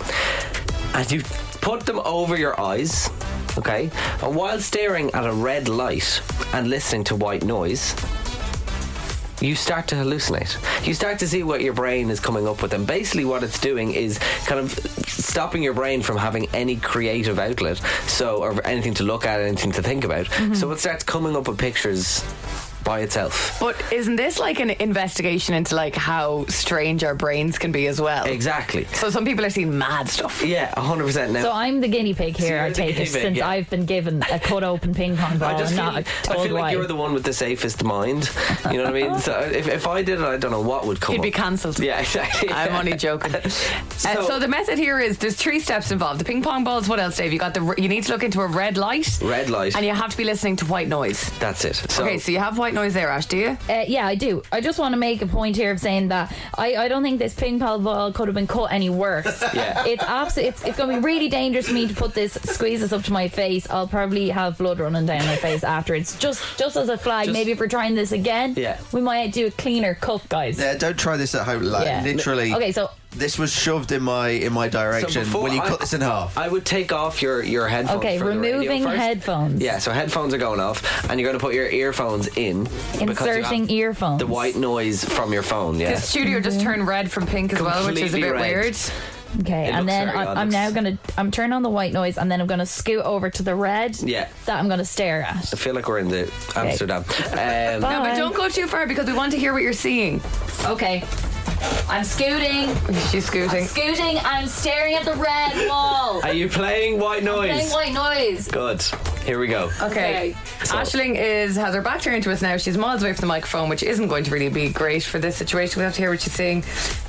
S4: And you put them over your eyes, okay? And while staring at a red light and listening to white noise, you start to hallucinate. You start to see what your brain is coming up with. And basically, what it's doing is kind of stopping your brain from having any creative outlet, so, or anything to look at, anything to think about.
S3: Mm-hmm.
S4: So it starts coming up with pictures by itself.
S3: But isn't this like an investigation into like how strange our brains can be as well?
S4: Exactly.
S3: So some people are seeing mad stuff.
S4: Yeah, 100% now.
S6: So I'm the guinea pig here,
S4: you're
S6: I
S4: the
S6: take
S4: guinea
S6: it,
S4: pig,
S6: since
S4: yeah.
S6: I've been given a cut open ping pong
S3: oh,
S6: ball
S4: I just
S6: and
S4: feel,
S6: not
S4: I
S6: told
S4: feel like
S6: why.
S4: you're the one with the safest mind. You know what I mean? So if, if I did it, I don't know what would come
S3: You'd be
S4: up.
S3: cancelled.
S4: yeah, exactly.
S3: I'm only joking. Uh,
S4: so,
S3: So, the method here is there's three steps involved. The ping pong balls. What else, Dave? You got the. You need to look into a red light.
S4: Red light.
S3: And you have to be listening to white noise.
S4: that's it. So,
S3: okay, so you have white noise there, Ash. Do you?
S6: Uh, yeah, I do. I just want to make a point here of saying that I, I don't think this ping pong ball could have been cut any worse.
S4: Yeah.
S6: It's absolutely it's, it's going to be really dangerous for me to put this squeeze this up to my face. I'll probably have blood running down my face afterwards. Just just as a flag,
S4: Just-
S6: maybe if we're trying this again,
S4: Yeah.
S6: we might do a cleaner cut, guys.
S7: Yeah, don't try this at home. Like
S6: Yeah.
S7: literally.
S6: Okay, so
S7: this was shoved in my in my direction.
S4: before
S7: Will you
S4: I-
S7: cut this in half?
S4: I would take off your, your headphones.
S6: okay,
S4: from the radio
S6: removing
S4: first.
S6: headphones.
S4: Yeah, so headphones are going off, and you're going to put your earphones in. because you have
S6: Inserting earphones.
S4: The white noise from your phone,
S3: The
S4: yeah.
S3: studio just turned red from pink as well, which is a
S4: Completely
S3: bit
S4: red.
S3: weird.
S6: Okay,
S4: It
S6: and
S4: looks
S6: then
S4: very odd.
S6: I, I'm now
S4: Looks-
S6: gonna I'm turning on the white noise, and then I'm gonna scoot over to the red.
S4: Yeah.
S6: that I'm gonna stare at.
S4: I feel like we're in the Amsterdam. Um,
S3: No, but
S6: Bye.
S3: don't go too far because we want to hear what you're seeing.
S6: Okay, I'm scooting,
S3: She's scooting.
S6: scooting. I'm staring at the red wall.
S4: are you playing white noise?
S6: Playing white noise.
S4: Good. Here we go.
S3: Okay. Ashling is has her back turned to us now. She's miles away from the microphone, which isn't going to really be great for this situation. We have to hear what she's saying,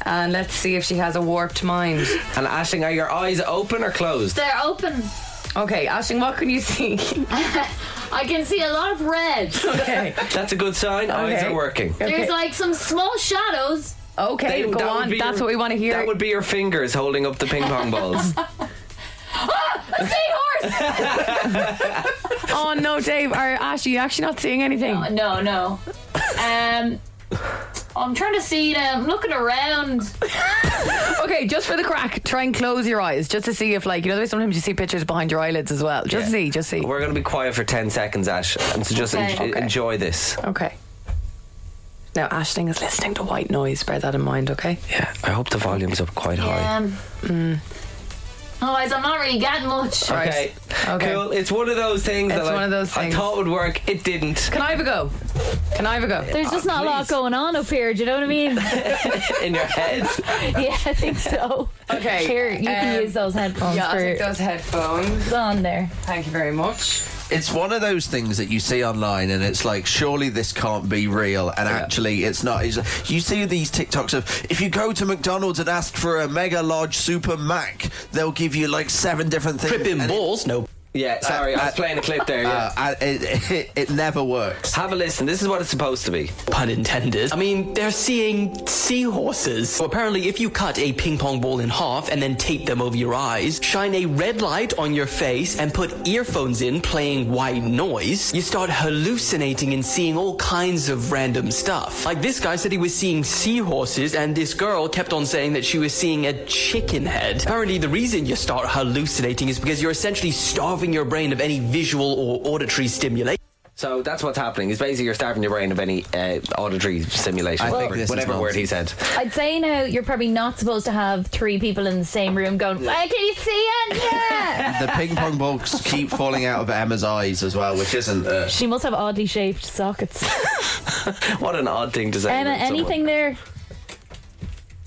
S3: and let's see if she has a warped mind.
S4: And Ashling, are your eyes open or closed?
S5: They're open.
S3: Okay, Ashling, what can you see?
S5: I can see a lot of red.
S3: okay,
S4: That's a good sign. Eyes
S3: Okay.
S4: are working.
S5: There's like some small shadows.
S3: okay,
S4: They-
S3: go
S4: that would
S3: on.
S4: be
S3: That's
S4: your-
S3: what we want to hear.
S4: That would be your fingers holding up the ping pong balls.
S5: Seahorse.
S3: oh no, Dave or Ash, are you actually not seeing anything?
S5: no, no. Um, I'm trying to see them. I'm looking around.
S3: Okay, just for the crack, try and close your eyes just to see if, like, you know, the way sometimes you see pictures behind your eyelids as well. Just
S4: Yeah.
S3: see, just see.
S4: We're going to be quiet for 10 seconds, Ash. And so just
S5: Okay.
S4: en-
S3: Okay.
S4: enjoy this.
S3: Okay. Now, Ashling is listening to white noise. Bear that in mind, okay?
S4: Yeah. I hope the volume's up quite high.
S5: Um. Otherwise, I'm not really getting much.
S3: Hmm. Right.
S4: Okay.
S3: Okay.
S4: Cool. It's one of those things
S3: It's
S4: that like,
S3: one of those
S4: I
S3: things.
S4: thought would work. It didn't.
S3: Can I have a go? Can I have a go?
S6: There's just not a lot
S4: please.
S6: going on up here. Do you know what I mean?
S4: In your head.
S6: yeah, I think so.
S3: Okay,
S6: here you can
S3: um,
S6: use those headphones
S3: Yeah, I'll
S6: for
S3: take those headphones.
S6: it's on there.
S3: Thank you very much.
S7: It's one of those things that you see online, and it's like, surely this can't be real. And actually, it's not. It's you see these TikToks of if you go to McDonald's and ask for a mega large super mac, they'll give you like seven different things. and it-
S4: no. Yeah, sorry, I was
S7: uh,
S4: playing a clip there. Yeah.
S7: uh, I- it, it, it never works.
S4: Have a listen. This is what it's supposed to be.
S9: Pun intended. I mean, they're seeing seahorses. So apparently, if you cut a ping pong ball in half and then tape them over your eyes, shine a red light on your face, and put earphones in playing white noise, you start hallucinating and seeing all kinds of random stuff. Like this guy said he was seeing seahorses, and this girl kept on saying that she was seeing a chicken head. Apparently, the reason you start hallucinating is because you're essentially starving your brain of any visual or auditory stimulation.
S4: So that's what's happening. It's basically you're starving your brain of any uh, auditory stimulation,
S7: I think
S4: whatever,
S7: this is
S4: whatever word he said.
S6: I'd say now you're probably not supposed to have three people in the same room going, "Hey, can you see it? Yeah.
S7: The ping pong balls keep falling out of Emma's eyes as well, which isn't. Uh,
S6: she must have oddly shaped sockets.
S4: What an odd thing to say.
S6: Emma,
S4: about someone.
S6: anything there?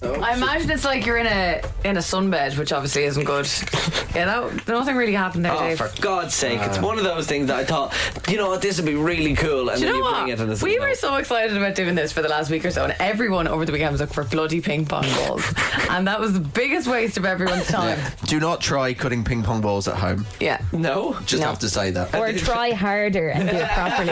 S3: I imagine it's like you're in a in a sunbed, which obviously isn't good. You know, nothing really happened there,
S4: Oh,
S3: Dave.
S4: for God's sake! it's
S7: Uh.
S4: one of those things that I thought, you know what, this would be really cool, and
S3: Do you
S4: then
S3: know
S4: you bring it and
S3: what?
S4: it's
S3: We
S4: something
S3: were
S4: else.
S3: so excited about doing this for the last week or so, and everyone over the weekend was looking for bloody ping pong balls, and that was the biggest waste of everyone's time.
S7: yeah. Do not try cutting ping pong balls at home.
S3: Yeah.
S4: no.
S7: Just
S3: No.
S7: have to say that.
S6: Or try harder and do it properly.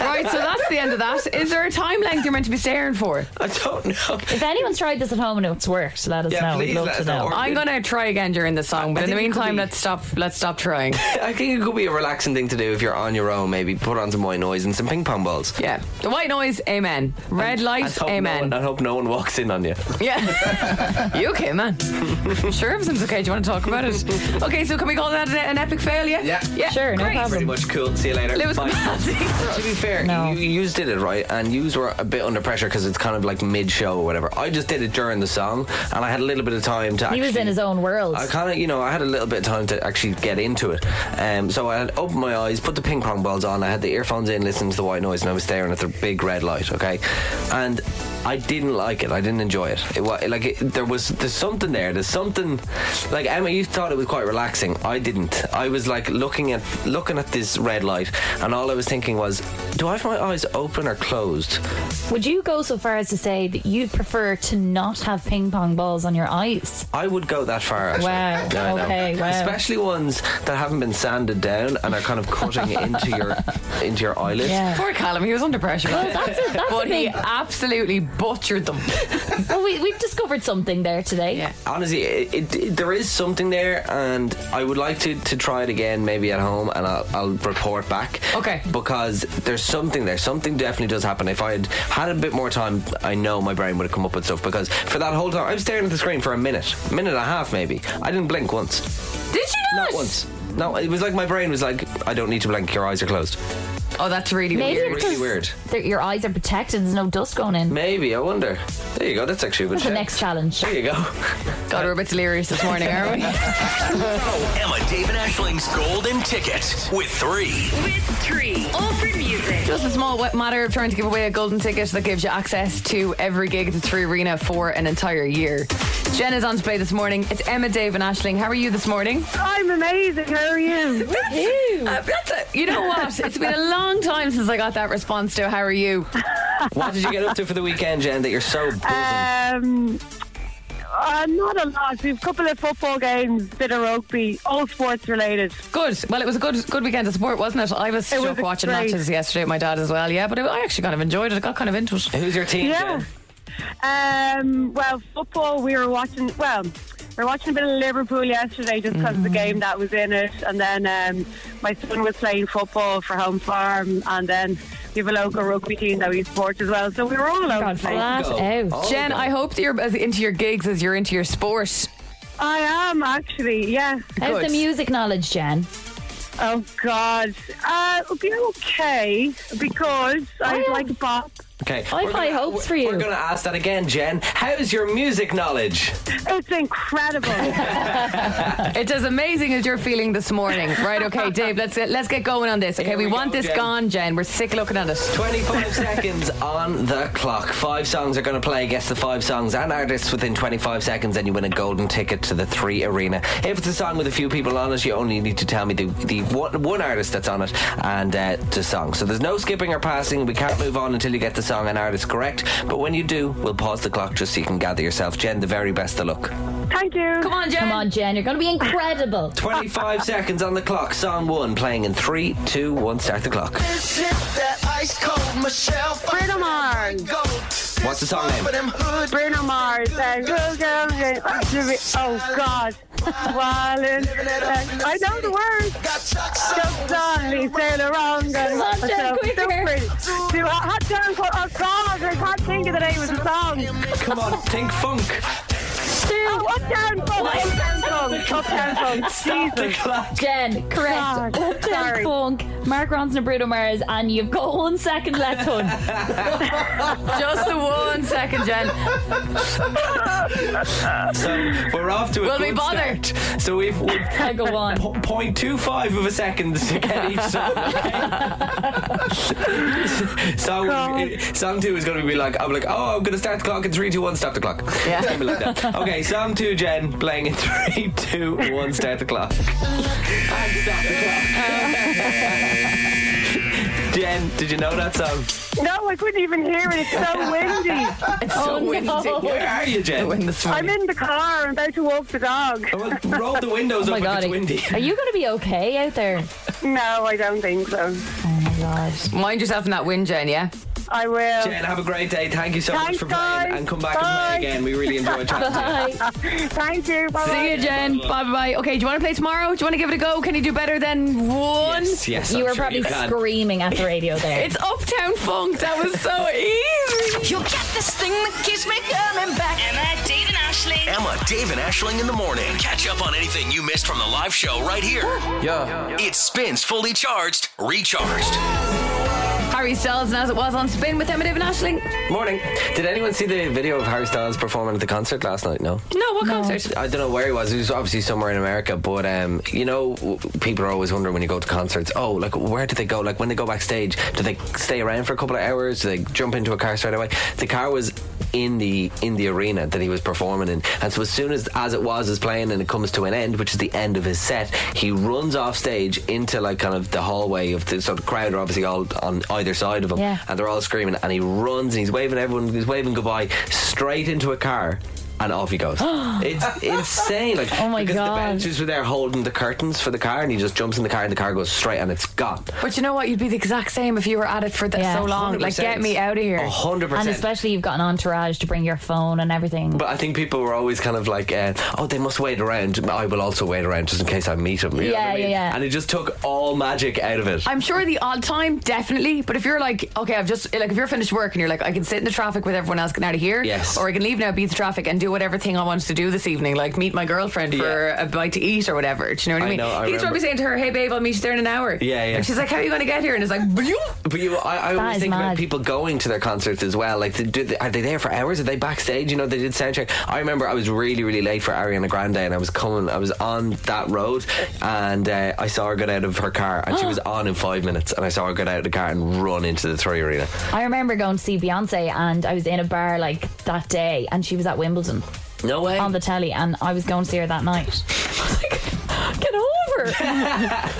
S3: Right, so that's the end of that. Is there a time length you're meant to be staring for?
S4: I don't know.
S6: If anyone's tried this at home and it's worked, let us
S4: Yeah,
S6: know.
S4: please
S6: We'd love
S4: let
S6: to
S4: us know.
S6: know.
S4: Or-
S3: I'm gonna try again during the song, but in the
S4: think it could
S3: meantime,
S4: be-
S3: let's stop. Let's stop trying.
S4: I think it could be a relaxing thing to do if you're on your own. Maybe put on some white noise and some ping pong balls.
S3: Yeah, the white noise, amen. Red
S4: I
S3: light,
S4: hope, no
S3: amen.
S4: one, I hope no one walks in on you.
S3: Yeah. you okay, man? sure, everything's okay. Do you want to talk about it? Okay, so can we call that an, an epic failure?
S7: Yeah.
S6: Sure, no
S3: Great.
S4: Pretty
S6: problem.
S4: much cool. See you later.
S3: Lewis
S4: Bye.
S3: Capaldi.
S4: to be fair,
S6: No.
S4: you, you did it right, and you were a bit under pressure because it's kind of like mid-show or whatever. I just did it during the song, and I had a little bit of time to.
S6: He was
S4: actually-
S6: in his own world.
S4: I kind of, you know, I had a little bit of time to actually get into it. Um, so I had opened my eyes, put the ping pong balls on, I had the earphones in, listening to the white noise, and I was staring at the big red light, okay? And I didn't like it. I didn't enjoy it. it wa- like, it, there was, there's something there. There's something, like, Emma, you thought it was quite relaxing. I didn't. I was, like, looking at, looking at this red light, and all I was thinking was, do I have my eyes open or closed?
S6: Would you go so far as to say that you'd prefer to not have ping pong balls on your eyes?
S4: I would go that far. Actually.
S6: Wow,
S4: I know.
S6: okay, wow.
S4: Especially ones that haven't been sanded down and are kind of cutting into your into your eyelid.
S3: Poor Callum, he was under pressure.
S6: That's a, that's
S3: but
S6: a
S3: he
S6: big.
S3: absolutely butchered them.
S6: Well, we, we've discovered something there today.
S3: Yeah.
S4: Honestly, it, it, it- there is something there, and I would like to, to try it again, maybe at home, and I'll, I'll report back.
S3: Okay.
S4: Because there's something there. Something definitely does happen. If I had had a bit more time, I know my brain would have come up with stuff. Because for that whole time, I'm staring at the screen for a minute, minute and a half maybe. I didn't blink once.
S3: Did you
S4: Not once. No, it was like my brain was like, I don't need to blink. Your eyes are closed.
S3: Oh, that's really
S6: Maybe
S3: weird.
S6: it's
S4: really
S6: 'cause
S4: weird.
S6: they're- Your eyes are protected. There's no dust going in.
S4: Maybe I wonder. There you go. That's actually a good.
S6: That's the
S4: shout.
S6: next challenge.
S4: There you go.
S3: God, we're a bit delirious this morning, aren't we?
S1: Emma, Dave, and Ashling's golden ticket with three.
S2: With three. All for music.
S3: Just a small wet matter of trying to give away a golden ticket that gives you access to every gig at the Three Arena for an entire year. Jen is on display this morning. It's Emma, Dave, and Ashling. How are you this morning?
S10: I'm amazing. How are you?
S3: Uh, that's a, you know what? It's been a long time since I got that response to how are you.
S4: What did you get up to for the weekend, Jen? That you're so buzzing.
S6: Uh,
S10: Um, uh, not a lot. We've a couple of football games, bit of rugby, all sports related.
S3: Good. Well, it was a good good weekend of sport, wasn't it? I was
S10: It was
S3: stuck watching
S10: great.
S3: matches yesterday with my dad as well. Yeah, but it, I actually kind of enjoyed it. I got kind of into it.
S4: Who's your team?
S10: Yeah.
S4: Jen?
S10: Um, well, football. We were watching. Well, we were watching a bit of Liverpool yesterday, just because of the game that was in it. And then um, my son was playing football for home farm, and then we have a local rugby team that we support as well. So we were all over
S6: God,
S10: the place.
S6: flat out.
S4: Oh,
S3: Jen,
S4: God.
S3: I hope that you're as into your gigs as you're into your sport.
S10: I am actually, yeah.
S6: How's
S3: Good.
S6: the music knowledge, Jen?
S10: Oh God, uh, it'll be okay because I
S6: yeah.
S10: like Bob.
S4: Okay. we're
S6: I
S4: gonna-
S6: have high hopes for
S4: we're-
S6: you.
S4: We're going to ask that again, Jen. How's your music knowledge?
S10: It's incredible.
S3: It's as amazing as you're feeling this morning, right? Okay, Dave, let's get, let's get going on this. Okay,
S4: Here
S3: we,
S4: we
S3: want
S4: go,
S3: this
S4: Jen.
S3: gone, Jen. We're sick looking at it.
S4: 25 seconds on the clock. Five songs are going to play. Guess the five songs and artists within 25 seconds, and you win a golden ticket to the three arena. If it's a song with a few people on it, you only need to tell me the, the one, one artist that's on it and uh, the song. So there's no skipping or passing. We can't move on until you get the song and artist correct. But when you do, we'll pause the clock just so you can gather yourself. Jen, the very best of luck.
S10: Thank you.
S3: Come on, Jen.
S6: Come on, Jen. You're going to be incredible.
S4: 25 seconds on the clock. Song one playing in three, two, one. Start the clock.
S10: Bruno Mars.
S4: What's the song name?
S10: Bruno Mars. And girl, girl, girl, oh God. Wallin. I know the words. Just only sail around and
S6: on, Jen,
S10: myself
S6: quicker.
S10: different. Do I had down for oh God, I can't think of the name of the song.
S4: Come on, think funk.
S6: Think
S10: Oh, uptown funk, uptown funk, uptown funk.
S4: Stop the
S10: Jesus.
S4: clock.
S6: Jen, correct.
S10: God,
S6: Uptown
S10: sorry.
S6: Funk, Mark Ronson and Bruno Mars, and you've got one second left, hun.
S3: Just the one second, Jen.
S4: So we're off to a
S3: Will we
S4: good
S3: bother?
S4: start. So we've, we've
S6: I go on.
S4: po- 0.25 of a second to get each song. okay? song, uh, song two is going to be like, I'm like, oh, I'm going to start the clock in three, two, one, stop the clock.
S3: Yeah.
S4: It's gonna be like that. Okay, song two, Jen, playing in three, two, one, start the clock. And stop the clock. Jen, did you know that song?
S10: No, I couldn't even hear it. It's so windy.
S3: It's
S6: Oh,
S3: so windy.
S4: Where are you, Jen?
S3: Win this
S10: I'm in the car. I'm about to walk the dog.
S4: Well, roll the windows
S6: Oh my
S4: up if
S6: god.
S4: it's windy.
S6: Are you going to be okay out there?
S10: No, I don't think so.
S6: Oh my god.
S3: Mind yourself in that wind, Jen, yeah?
S10: I will.
S4: Jen, have a great day. Thank you so
S10: Thanks,
S4: much for
S10: guys.
S4: playing and come back
S10: Bye.
S4: and play again. We really enjoyed chatting to you.
S6: Bye.
S10: Thank you. Bye.
S3: See you, Jen. Bye bye bye. Okay, do you want to play tomorrow? Do you want to give it a go? Can you do better than one?
S4: Yes, yes,
S6: You
S4: I'm
S6: were
S4: sure
S6: probably
S4: you can.
S6: screaming at the radio there.
S3: It's Uptown Funk. That was so easy.
S2: You'll get this thing that keeps me coming back. Emma, Dave, and Ashley.
S1: Emma, Dave, and Ashling in the morning. Catch up on anything you missed from the live show right here. Yeah. It spins fully charged, recharged.
S3: Harry Styles and as it was on spin with Emma Dave and Ashling.
S4: Morning. Did anyone see the video of Harry Styles performing at the concert last night? No.
S3: No, what concert?
S4: I don't know where he was. He was obviously somewhere in America, but um, you know, w- people are always wondering when you go to concerts. Oh, like where do they go? Like when they go backstage, do they stay around for a couple of hours? Do they jump into a car straight away? The car was in the in the arena that he was performing in, and so as soon as as it was is playing and it comes to an end, which is the end of his set, he runs off stage into like kind of the hallway of the so the crowd are obviously all on either side of him,
S6: Yeah.
S4: and they're all screaming, and he runs and he's waving everyone, he's waving goodbye straight into a car. And off he goes. it's insane. Like,
S6: Oh my
S4: because
S6: God.
S4: the bouncers were there holding the curtains for the car, and he just jumps in the car, and the car goes straight, and it's gone.
S3: But you know what? You'd be the exact same if you were at it for that
S6: Yeah.
S3: so long. Like, get me out of here.
S4: hundred
S6: And
S4: percent.
S6: especially you've got an entourage to bring your phone and everything.
S4: But I think people were always kind of like, uh, oh, they must wait around. I will also wait around just in case I meet him. You know
S6: Yeah,
S4: what I mean?
S6: yeah, yeah.
S4: And it just took all magic out of it.
S3: I'm sure the odd time, definitely. But if you're like, okay, I've just like if you're finished work and you're like, I can sit in the traffic with everyone else getting out of here,
S4: Yes.
S3: or I can leave now, beat the traffic, and do whatever thing I want to do this evening, like meet my girlfriend for
S4: Yeah.
S3: a bite to eat or whatever. Do you know what I
S4: I
S3: mean?
S4: know, I
S3: He's probably
S4: remember.
S3: saying to her, "Hey, babe, I'll meet you there in an hour."
S4: Yeah, yeah.
S3: And she's like, "How are you going to get here?" And it's like, "Bloom."
S4: But you, I, I
S6: That
S4: always
S6: is
S4: think
S6: mad.
S4: about people going to their concerts as well. Like, do they, are they there for hours? Are they backstage? You know, they did soundcheck. I remember I was really, really late for Ariana Grande, and I was coming. I was on that road, and uh, I saw her get out of her car, and she was on in five minutes. And I saw her get out of the car and run into the Three Arena.
S6: I remember going to see Beyonce and I was in a bar like that day and she was at Wimbledon
S4: No way.
S6: on the telly and I was going to see her that night. I was like, Get over.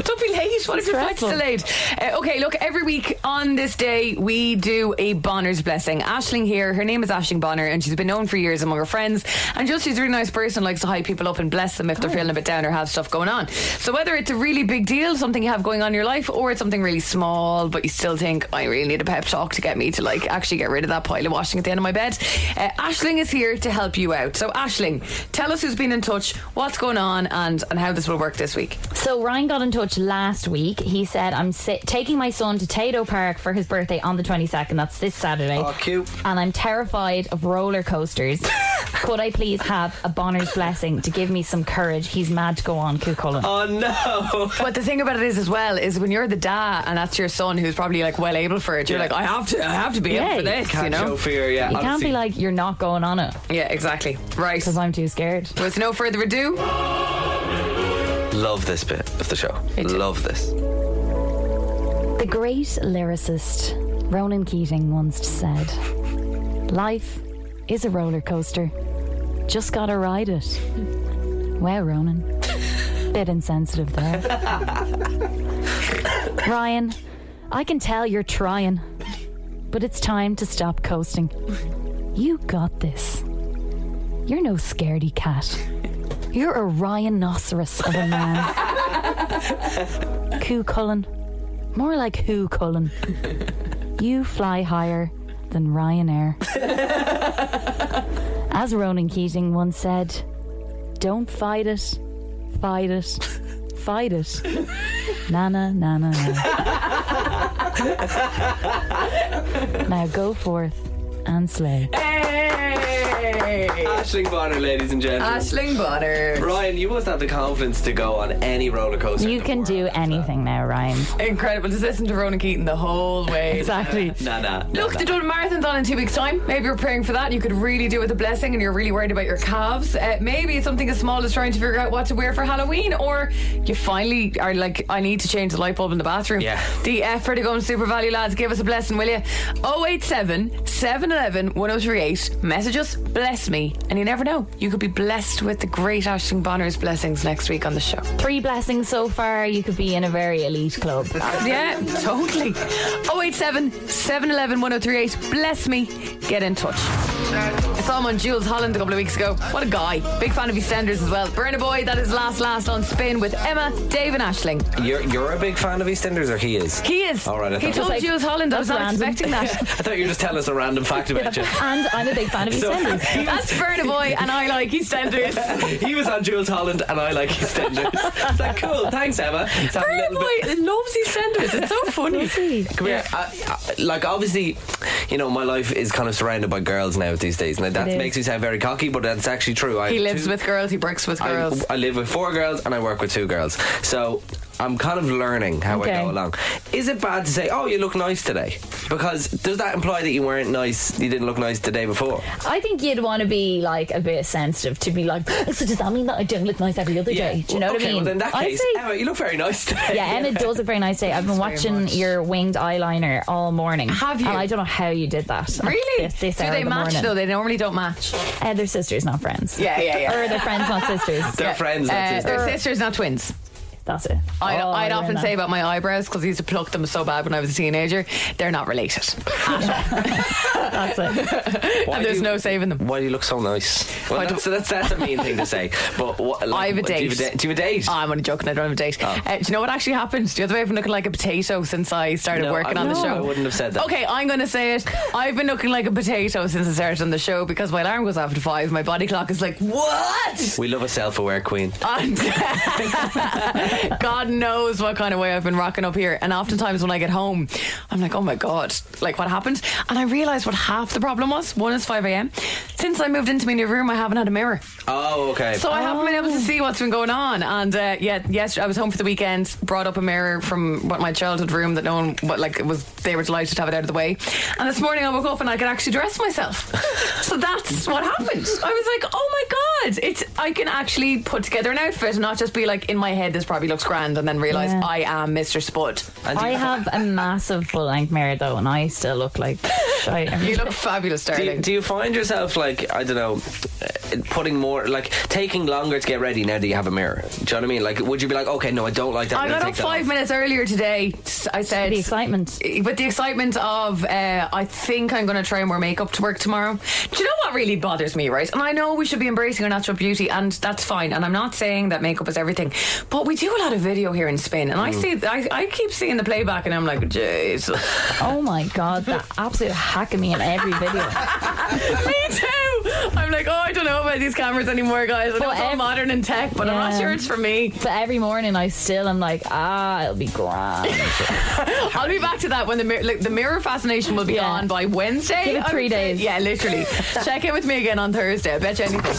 S3: Don't be late. What if your flight's
S6: Stressful.
S3: delayed? Uh, okay, look, every week on this day, we do a Bonner's blessing. Ashling here, her name is Ashling Bonner, and she's been known for years among her friends. And just she's a really nice person, likes to hype people up and bless them if they're feeling a bit down or have stuff going on. So whether it's a really big deal, something you have going on in your life, or it's something really small, but you still think, I really need a pep talk to get me to like actually get rid of that pile of washing at the end of my bed, uh, Ashling is here to help you out. So, Ashling, tell us who's been in touch, what's going on, and, and how this will work this week.
S6: So Ryan got in touch last week. He said, "I'm si- taking my son to Tato Park for his birthday on the 22nd. That's this Saturday.
S4: Oh, cute.
S6: And I'm terrified of roller coasters. Could I please have a Bonner's blessing to give me some courage? He's mad to go on Cucullin.
S4: Oh no!
S3: But the thing about it is, as well, is when you're the dad and that's your son who's probably like well able for it. You're
S4: Yeah.
S3: like, I have to, I have to be
S6: Yeah,
S3: able for
S6: you
S3: this,
S4: Can't
S3: you
S4: show
S3: know?
S4: fear. Yeah,
S6: you can't
S4: honestly.
S6: be like you're not going on it
S3: Yeah, exactly. Right.
S6: because I'm too scared.
S3: With no further ado,
S4: Love this bit of the show. Love this.
S6: The great lyricist Ronan Keating once said, Life is a roller coaster. Just gotta ride it. Wow, Ronan. Bit insensitive there. Ryan, I can tell you're trying, but it's time to stop coasting. You got this. You're no scaredy cat. You're a rhinoceros of a man. Coo Cullen. More like who, Cullen? you fly higher than Ryanair. As Ronan Keating once said, don't fight it, fight it, fight it. Nana, nana, nana. now go forth and slay.
S3: hey,
S4: Ashling Bonner, ladies and gentlemen.
S3: Ashling Bonner.
S4: Ryan, you must have the confidence to go on any roller coaster.
S6: Uh, You can do anything now, Ryan.
S3: Incredible. Just listen to Ronan Keaton the whole way.
S6: Exactly.
S4: Nah, nah. nah,
S3: Look,
S4: nah.
S3: the Dublin Marathon's on in two weeks' time. Maybe you're praying for that. You could really do with a blessing and you're really worried about your calves. Uh, maybe it's something as small as trying to figure out what to wear for Halloween, or you finally are like, I need to change the light bulb in the bathroom.
S4: Yeah.
S3: The effort of going to Super Value, lads, give us a blessing, will oh you? 087 711 1038. Message us, bless me, and you never know. You could be blessed with the great Ashton Bonner's blessings next week on the show.
S6: Three blessings so far. You could be in a very elite club.
S3: Yeah, totally. 087 711 1038. Bless me. Get in touch. I saw him on Jules Holland a couple of weeks ago. What a guy. Big fan of EastEnders as well. Burn a Boy, that is last, last on spin with Emma, Dave, and Ashling.
S4: You're, you're a big fan of EastEnders, or he is?
S3: He is.
S4: All right, I
S3: he
S4: thought-
S3: told
S6: Like,
S3: Jules Holland. I was
S6: that's
S3: not
S6: random.
S3: expecting that.
S4: I thought you were just telling us a random fact about you.
S6: And I'm a big fan of EastEnders.
S3: That's Burn a Boy, and I like EastEnders.
S4: he was on Jules Holland, and I like EastEnders. It's like, cool, thanks, Emma. Let's have a
S3: Burn a
S4: little bit-
S3: Boy loves EastEnders. It's so funny.
S4: Come here. I, I, like, obviously, you know, my life is kind of surrounded by girls now these days, and that
S6: is.
S4: makes me sound very cocky, but that's actually true. I
S3: He
S4: have
S3: lives
S4: two-
S3: with girls, he works with
S4: I,
S3: girls.
S4: I live with four girls and I work with two girls. So I'm kind of learning how I
S6: Okay.
S4: go along. Is it bad to say, oh, you look nice today? Because does that imply that you weren't nice, you didn't look nice the day before?
S6: I think you'd want to be like a bit sensitive to be like, so does that mean that I don't look nice every other day? Do you know
S4: Well,
S6: what I
S4: okay,
S6: mean?
S4: Well, in that
S6: I
S4: case,
S6: say-
S4: Emma, you look very nice today.
S6: yeah, Emma does look very nice today. I've been watching your winged eyeliner all morning.
S3: Have you?
S6: And I don't know how you did that.
S3: Really?
S6: This, this
S3: Do
S6: hour
S3: they
S6: of the
S3: match
S6: morning.
S3: though? They normally don't match.
S6: Uh, they're sisters, not friends.
S3: Yeah, yeah, yeah.
S6: Or they're friends, not sisters.
S4: They're friends, not
S3: Uh,
S4: sisters.
S3: they're sisters, not twins.
S6: That's it.
S3: I'd,
S6: Oh,
S3: I'd
S6: you're in
S3: often
S6: that.
S3: say about my eyebrows because I used to pluck them so bad when I was a teenager. They're not related,
S6: that's it.
S4: Why
S3: and
S4: do
S3: there's
S4: you-
S3: no saving them.
S4: Why do you look so nice? Well,
S3: I don't-
S4: that's, that's, that's a mean thing to say. But what, like,
S3: I have a
S4: what- Do you have a,
S3: date. Uh,
S4: da- do you have a date?
S3: Ah, I'm only joking. I don't have a date.
S4: Ah.
S3: Uh, do you know what actually happened? The other way I've been looking like a potato since I started
S4: No,
S3: working
S4: I
S3: on the
S4: wouldn't-
S3: show.
S4: I wouldn't have said that.
S3: Okay, I'm going to say it. I've been looking like a potato since I started on the show because my alarm goes off at five. My body clock is like what?
S4: We love a self-aware queen.
S3: And God knows what kind of way I've been rocking up here. And oftentimes when I get home, I'm like, oh my God, like what happened? And I realised what half the problem was. One is 5 a.m. Since I moved into my new room, I haven't had a mirror.
S4: Oh, okay.
S3: So I haven't been able to see what's been going on. And uh, yeah, yes, I was home for the weekend, brought up a mirror from what my childhood room that no one, what like it was, they were delighted to have it out of the way. And this morning I woke up and I could actually dress myself. so that's what happened. I was like, oh my god, it's I can actually put together an outfit and not just be like in my head this probably looks grand and then realize
S6: Yeah.
S3: I am Mr. Spud.
S4: And do
S6: I
S4: you-
S6: have a massive full length mirror though, and I still look like shite.
S3: You look fabulous,
S4: Do
S3: darling.
S4: you, do you find yourself like I don't know, uh, putting more like taking longer to get ready now that you have a mirror? Do you know what I mean? Like, would you be like, okay, no, I don't like that.
S3: I
S4: I'm
S3: got
S4: gonna
S3: up
S4: take that
S3: five
S4: off.
S3: minutes earlier today. I said
S6: the excitement.
S3: But the excitement of, uh, I think I'm going to try and wear makeup to work tomorrow. Do you know what really bothers me, right? And I know we should be embracing our natural beauty, and that's fine. And I'm not saying that makeup is everything, but we do a lot of video here in Spain, and I see, I, I keep seeing the playback, and I'm like, jeez.
S6: Oh my god, that absolute hack of me in every video.
S3: me too. I'm like, oh, I don't know about these cameras anymore, guys. I know
S6: But
S3: it's all
S6: ev-
S3: modern and tech, but I'm not
S6: Yeah.
S3: sure it's for me.
S6: But every morning I still am like, ah, it'll be grand.
S3: I'll be back to that when the mirror, like, the mirror fascination will be
S6: Yeah.
S3: gone by Wednesday.
S6: Give it
S3: I would
S6: three
S3: say.
S6: days.
S3: Yeah, literally. Check in with me again on Thursday. I bet you anything.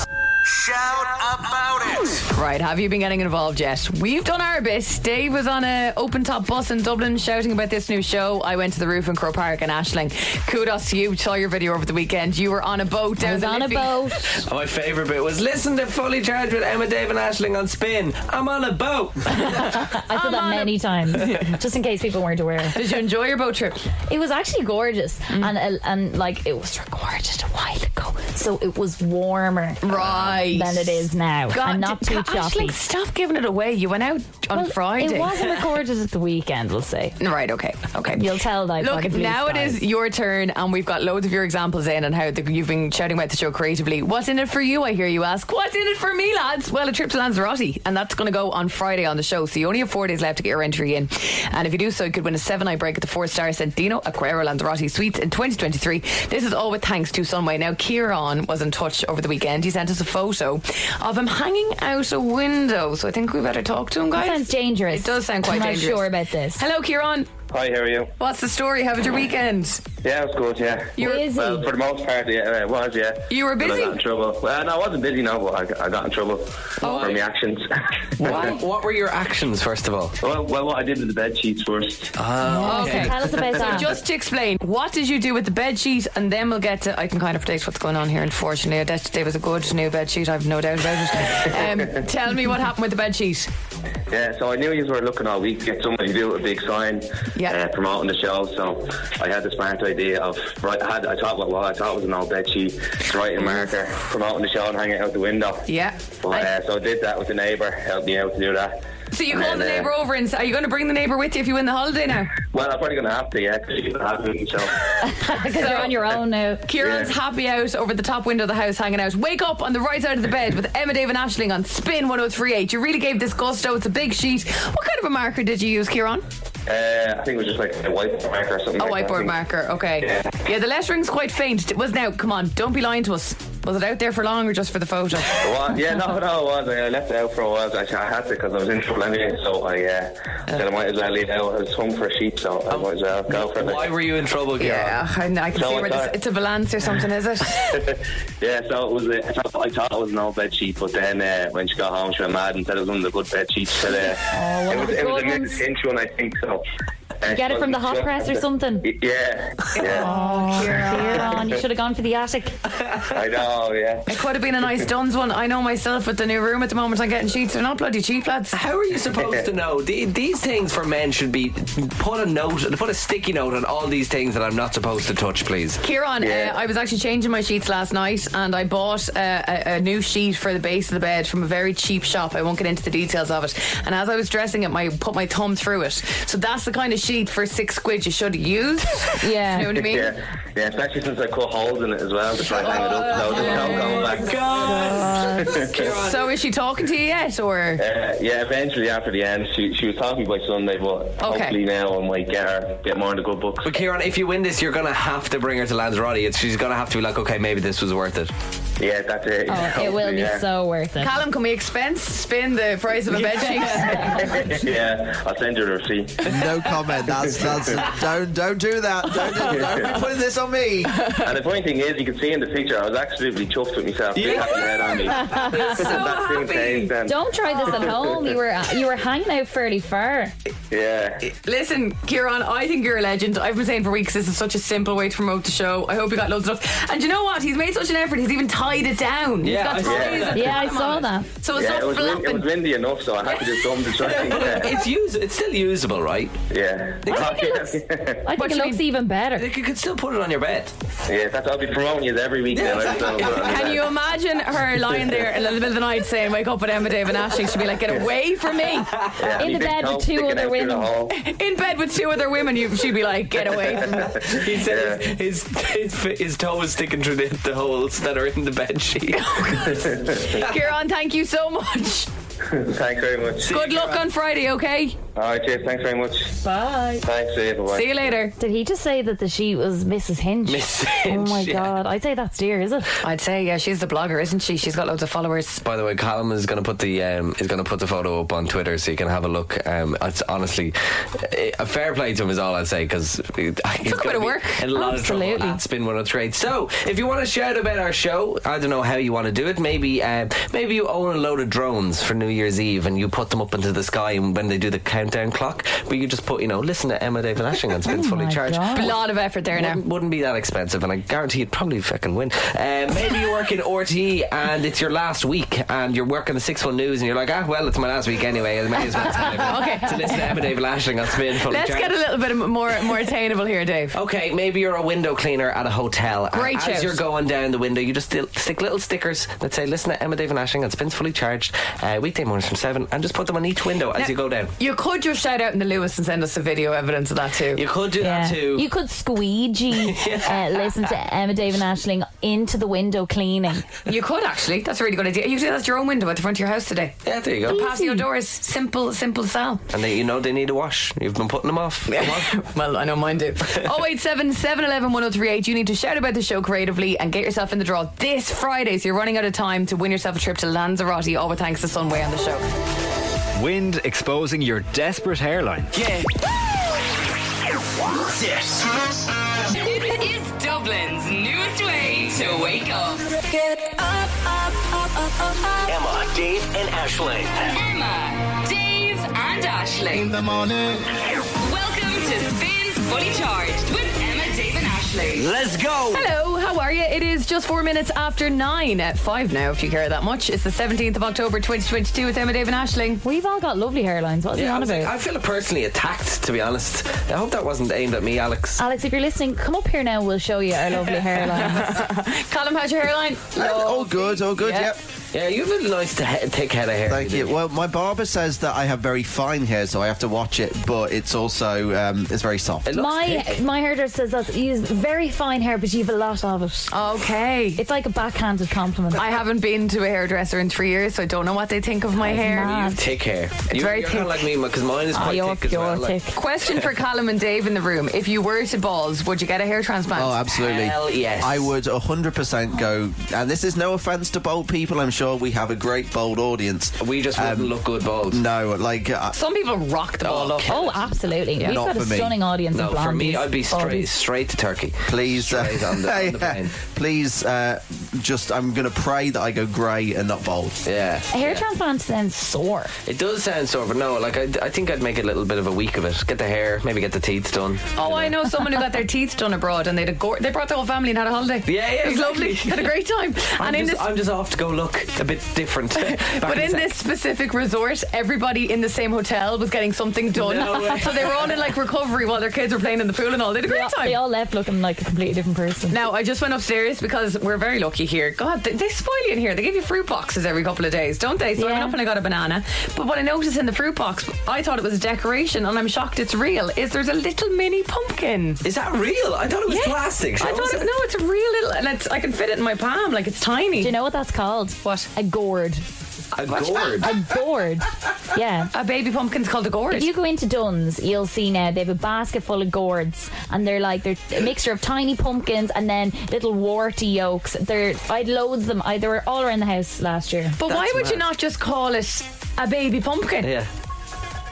S1: Shout about it.
S3: Right, have you been getting involved yet? We've done our bit. Dave was on a open top bus in Dublin shouting about this new show. I went to the roof in Crow Park in Ashling. Kudos to you. Saw your video over the weekend. You were on a boat down
S6: I was
S3: the
S6: on a
S3: Liffey.
S6: boat.
S4: And My favourite bit was listen to Fully Charged with Emma, Dave, and Ashling on Spin. I'm on a boat.
S6: I said that many times, just in case people weren't aware.
S3: Did you enjoy your boat trip?
S6: It was actually gorgeous,
S3: Mm.
S6: and uh, and like it was recorded a while ago, so it was warmer
S3: Right.
S6: than it is now,
S3: God,
S6: and not
S3: d-
S6: too
S3: Ashling,
S6: choppy.
S3: stop giving it away. You went out on
S6: Well,
S3: Friday.
S6: It wasn't recorded at the weekend, we'll say.
S3: Right, okay, okay.
S6: You'll tell that. by
S3: Look,
S6: the blue
S3: now it
S6: skies.
S3: is your turn, and we've got loads of your examples in and how the, you've been shouting about the show creatively. What's in it for you, I hear you ask? What's in it for me, lads? Well, a trip to Lanzarote, and that's going to go on Friday on the show. So you only have four days left to get your entry in. And if you do so, you could win a seven night break at the four star Centino Aquero Lanzarote Suites in 2023. This is all with thanks to Sunway. Now, Kieran was in touch over the weekend. He sent us a photo of him hanging out a window. So I think we better talk to him, guys.
S6: That sounds dangerous.
S3: It does sound quite
S6: I'm
S3: dangerous.
S6: Not sure about this.
S3: Hello, Kieran.
S11: Hi, how are you?
S3: What's the story? How was your weekend?
S11: Yeah, it was good, yeah.
S3: You were- Busy.
S11: Well, for the most part, yeah, it was, yeah.
S3: You were
S11: But I
S3: busy?
S11: got in trouble. Well, no, I wasn't busy, no, but I got, I got in trouble for my actions.
S4: What, what were your actions, first of all?
S11: well, well, what I did with the bed sheets first.
S4: Oh, okay.
S3: so just to explain, what did you do with the bed sheet? And then we'll get to. I can kind of predict what's going on here. Unfortunately, that today was a good new bed sheet. I've no doubt about it. Um, tell me what happened with the bed sheet.
S11: Yeah, so I knew you were looking all week to get somebody to do a big sign
S3: Yeah.
S11: uh, promoting the show. So I had this smart idea of right. I, had, I thought well, I thought it was an old bed sheet, writing a marker, promoting the show, and hanging it out the window.
S3: Yeah.
S11: But, uh, so I did that with the neighbour, helped me out to do that.
S3: So you
S11: And
S3: called the
S11: then, uh,
S3: neighbour over and s- are you going to bring the neighbour with you if you win the holiday now?
S11: Well, I'm probably going to have to, yeah, because it happened. So
S3: Because you're on your own now. Kieran's
S11: Yeah.
S3: happy out over the top window of the house hanging out. Wake up on the right side of the bed with Emma Dave and Ashling on Spin 1038. You really gave this gusto. It's a big sheet. What kind of a marker did you use, Kieran?
S11: uh, I think it was just like a whiteboard marker or something.
S3: A
S11: like that.
S3: whiteboard marker, okay. Yeah. the lettering's quite faint. It was now, come on, don't be lying to us. Was it out there for long or just for the photo?
S11: Well, yeah, no, no, it was. I left it out for a while. Actually, I had to because I was in trouble anyway. So I uh, said I might as well leave it out. I was home for a sheep, so I might as well go for it.
S4: Why were you in trouble, Kieran?
S3: Yeah, I, I can
S11: So
S3: see where
S11: it's
S3: this,
S11: not-
S3: it's a valance or something, is it?
S11: yeah, so it was. uh, I thought, I thought it was an old bed sheet, but then uh, when she got home, she went mad and said it was one of the good bed sheets. But, uh,
S6: one
S11: it was,
S6: of Oh, the
S11: it was
S6: good
S11: a
S6: ones.
S11: mid inch one, I think. So uh,
S6: Get it from the hot press or something.
S11: Yeah, yeah,
S6: Oh, Kieran, you should have gone for the attic.
S11: I know. Oh, Yeah,
S3: It could have been a nice Duns one. I know myself with the new room at the moment. I'm getting sheets. They're not bloody cheap, lads.
S4: How are you supposed to know? The- These things for men should be put a note, put a sticky note on all these things that I'm not supposed to touch, please.
S3: Kieran,
S4: Yeah.
S3: uh, I was actually changing my sheets last night and I bought uh, a, a new sheet for the base of the bed from a very cheap shop. I won't get into the details of it. And as I was dressing it, my put my thumb through it. So that's the kind of sheet for six quid you should use. yeah. You know what I mean?
S11: yeah, yeah. Especially since I cut holes in it as well to try and hang it up. So there's no going back.
S3: Oh, So is she talking to you yet or?
S11: Uh, yeah, eventually after the end, she, she was talking by Sunday, but
S3: Okay.
S11: hopefully now I might get her get more in the good books.
S4: But Kieran, if you win this, you're gonna have to bring her to Lanzarote. It's, she's gonna have to be like, okay, maybe this was worth it.
S11: Yeah, that's it.
S6: Oh, it will be so worth it.
S3: Callum, can we expense spin the price of a bed sheet?
S11: yeah, I'll send you the receipt.
S7: No comment. That's that's don't don't do that. Don't, do- don't be putting this on me.
S11: And the funny thing is, you can see in the picture, I was absolutely chuffed with myself. Big
S7: Yeah.
S11: happy head on me.
S6: You're so
S11: That thing changed then.
S6: Don't try this at home. You were uh, you were hanging out fairly far.
S11: Yeah.
S3: Listen, Kieran, I think you're a legend. I've been saying for weeks this is such a simple way to promote the show. I hope you got loads of stuff. And you know what? He's made such an effort. He's even tied it down.
S11: Yeah, I
S3: He's
S11: saw
S3: got ties
S11: that.
S3: at the
S6: Yeah, I
S3: bottom
S6: saw
S3: of it.
S6: that.
S3: So it's
S11: yeah, it
S3: not
S11: was, wind, it was
S3: flopping.
S11: windy enough, so I had to do something to try and get
S4: It's use, it's still usable, right?
S11: Yeah.
S6: I think it looks even better.
S4: You could still put it on your bed.
S11: Yeah, that's I'll be promoting you every week now. so-
S3: Can you imagine her lying there in the middle of the night saying, Wake up with Emma Dave and Ashley? She'd be like, Get away from me.
S11: Yeah, me big toe sticking out through the hole.
S3: In bed with two other women, you, she'd be like, Get away from me.
S4: He said his, his his his toe is sticking through the, the holes that are in the bed sheet.
S3: Kieran, thank you so much.
S11: Thanks very much.
S3: Good luck on Friday, okay?
S11: All right, cheers. Thanks very much.
S6: Bye.
S11: Thanks, see you. Bye-bye.
S3: See you later.
S6: Did he just say that the sheet was Mrs. Hinch?
S4: Mrs.
S6: Oh my
S4: Hinch, yeah.
S6: god. I'd say that's dear, is it?
S3: I'd say, yeah, she's the blogger, isn't she? She's got loads of followers.
S4: By the way, Callum is going to put the um, is going to put the photo up on Twitter so you can have a look. Um, it's honestly eh, a fair play to him is all I'd say because took
S3: Took a bit of work.
S4: a lot of
S6: Absolutely.
S4: trouble. At Spin 103. So if you want to shout about our show, I don't know how you want to do it. Maybe uh, maybe you own a load of drones for New Year's Eve and you put them up into the sky and when they do the countdown clock, but you just put you know listen to Emma David Ashing on
S3: Oh
S4: Spins Fully
S6: my
S4: Charged.
S6: God.
S3: A lot of effort there now.
S4: Wouldn't, wouldn't be that expensive, and I guarantee you'd probably fucking win. Uh, maybe you work in RT and it's your last week, and you're working the 6 1 News, and you're like, ah, well, it's my last week anyway. I may as well celebrate."
S3: Okay.
S4: to listen to Emma Dave Lashing on Spin Fully
S3: Let's
S4: Charged.
S3: get a little bit more more attainable here, Dave.
S4: Okay, maybe you're a window cleaner at a hotel. and
S3: Great
S4: As
S3: shout.
S4: you're going down the window, you just still stick little stickers that say, listen to Emma Dave and Ashing on Spins Fully Charged, uh, weekday mornings from 7, and just put them on each window as you go down.
S3: You could just shout out in the Lewis and send us a video evidence of that too.
S4: You could do that too.
S6: You could squeegee, uh, listen to Emma, Dave, and Ashling into the window cleaning.
S3: You could actually. That's a really good idea. You could do that at your own window at the front of your house today.
S4: yeah, there you go.
S3: Patio doors. Simple, simple sell.
S4: And they, you know they need a wash. You've been putting them off. Come on.
S3: Well, I know mine do. 087 711 1038. You need to shout about the show creatively and get yourself in the draw this Friday. So you're running out of time to win yourself a trip to Lanzarote, all with thanks to Sunway on the show.
S12: Wind exposing your desperate hairline.
S1: This
S2: Dublin's newest way to wake up.
S8: Get up, up, up, up, up, up.
S1: Emma, Dave, and Ashling.
S2: Emma, Dave, and Ashley. In the morning. Welcome to Spins Fully Charged with Emma, Dave, and Ashley.
S3: Hello, how are you? It is just four minutes after nine at five now, if you care that much. It's the 17th of October 2022 with Emma, Dave, and Ashling.
S6: We've all got lovely hairlines. What's it
S4: Yeah, I,
S6: on
S4: was
S6: about?
S4: like, I feel personally attacked, to be honest. I hope that wasn't aimed at me, Alex.
S6: Alex, if you're listening, come up here now. We'll show you our lovely hairlines.
S3: Colin, how's your hairline?
S7: All good, all good, yep.
S4: Yeah, you have a nice t- thick head of hair.
S7: Thank you. Well, my barber says that I have very fine hair, so I have to watch it, but it's also um, it's very soft.
S6: my my hairdresser says that you have very fine hair, but you have a lot of it.
S3: Okay,
S6: it's like a backhanded compliment.
S3: I haven't been to a hairdresser in three years, so I don't know what they think of my hair.
S4: You have thick hair. you,
S3: very
S4: you're kind of
S3: thick.
S4: like me, because mine is
S3: Ah,
S4: quite
S3: you're
S4: thick as well. like-
S3: Question for Colin and Dave in the room: If you were to balls, would you get a hair transplant?
S7: Oh, absolutely. I would 100% go, and this is no offense to bold people, I'm sure we have a great bold audience.
S4: We just wouldn't look good bold.
S3: Mm,
S7: No, like. Uh,
S3: Some people rock the ball up.
S6: Oh, absolutely. We've
S7: Not
S6: got a
S7: for me.
S6: stunning audience
S4: No,
S6: of blondies.
S4: for me, I'd be straight,
S6: baldies.
S4: straight to Turkey.
S7: Please, uh,
S4: Straight on the- on the
S7: yeah, please, uh, just I'm going to pray that I go grey and not bold.
S4: Yeah,
S6: A hair transplant sounds sore.
S4: it does sound sore, but no, like I, I think I'd make a little bit of a week of it. Get the hair, maybe get the teeth done.
S3: Oh, I know someone who got their teeth done abroad, and they had a gor they brought the whole family and had a holiday.
S4: Yeah, yeah,
S3: it was lovely.
S4: exactly.
S3: Had a great time.
S4: I'm,
S3: and in
S4: just,
S3: this,
S4: I'm just off to go look a bit different. Back
S3: but
S4: a
S3: in
S4: sec.
S3: this specific resort, everybody in the same hotel was getting something done.
S6: No way.
S3: so they were all in like recovery while their kids were playing in the pool and all. They had a
S6: They
S3: great
S6: all-
S3: time.
S6: they all left looking like a completely different person.
S3: Now I just went upstairs because we're very lucky here. God, they, they spoil you in here. They give you fruit boxes every couple of days, don't they? So I went up and I got a banana. But what I noticed in the fruit box, I thought it was a decoration, and I'm shocked it's real. Is there's a little mini pumpkin?
S4: Is that real? I thought it was
S3: Yeah.
S4: plastic.
S3: I thought it, no, it's a real little, and it's, I can fit it in my palm, like it's tiny. Do you
S6: know what that's called?
S3: What?
S6: A gourd.
S4: A
S3: gourd?
S6: A gourd. Yeah.
S3: A baby pumpkin's called a gourd.
S6: If you go into Dunn's, you'll see now they have a basket full of gourds, and they're like they're a mixture of tiny pumpkins and then little warty yolks. They're I had loads of them. I, they were all around the house last year.
S3: But why would you not just call it a baby pumpkin?
S4: Yeah.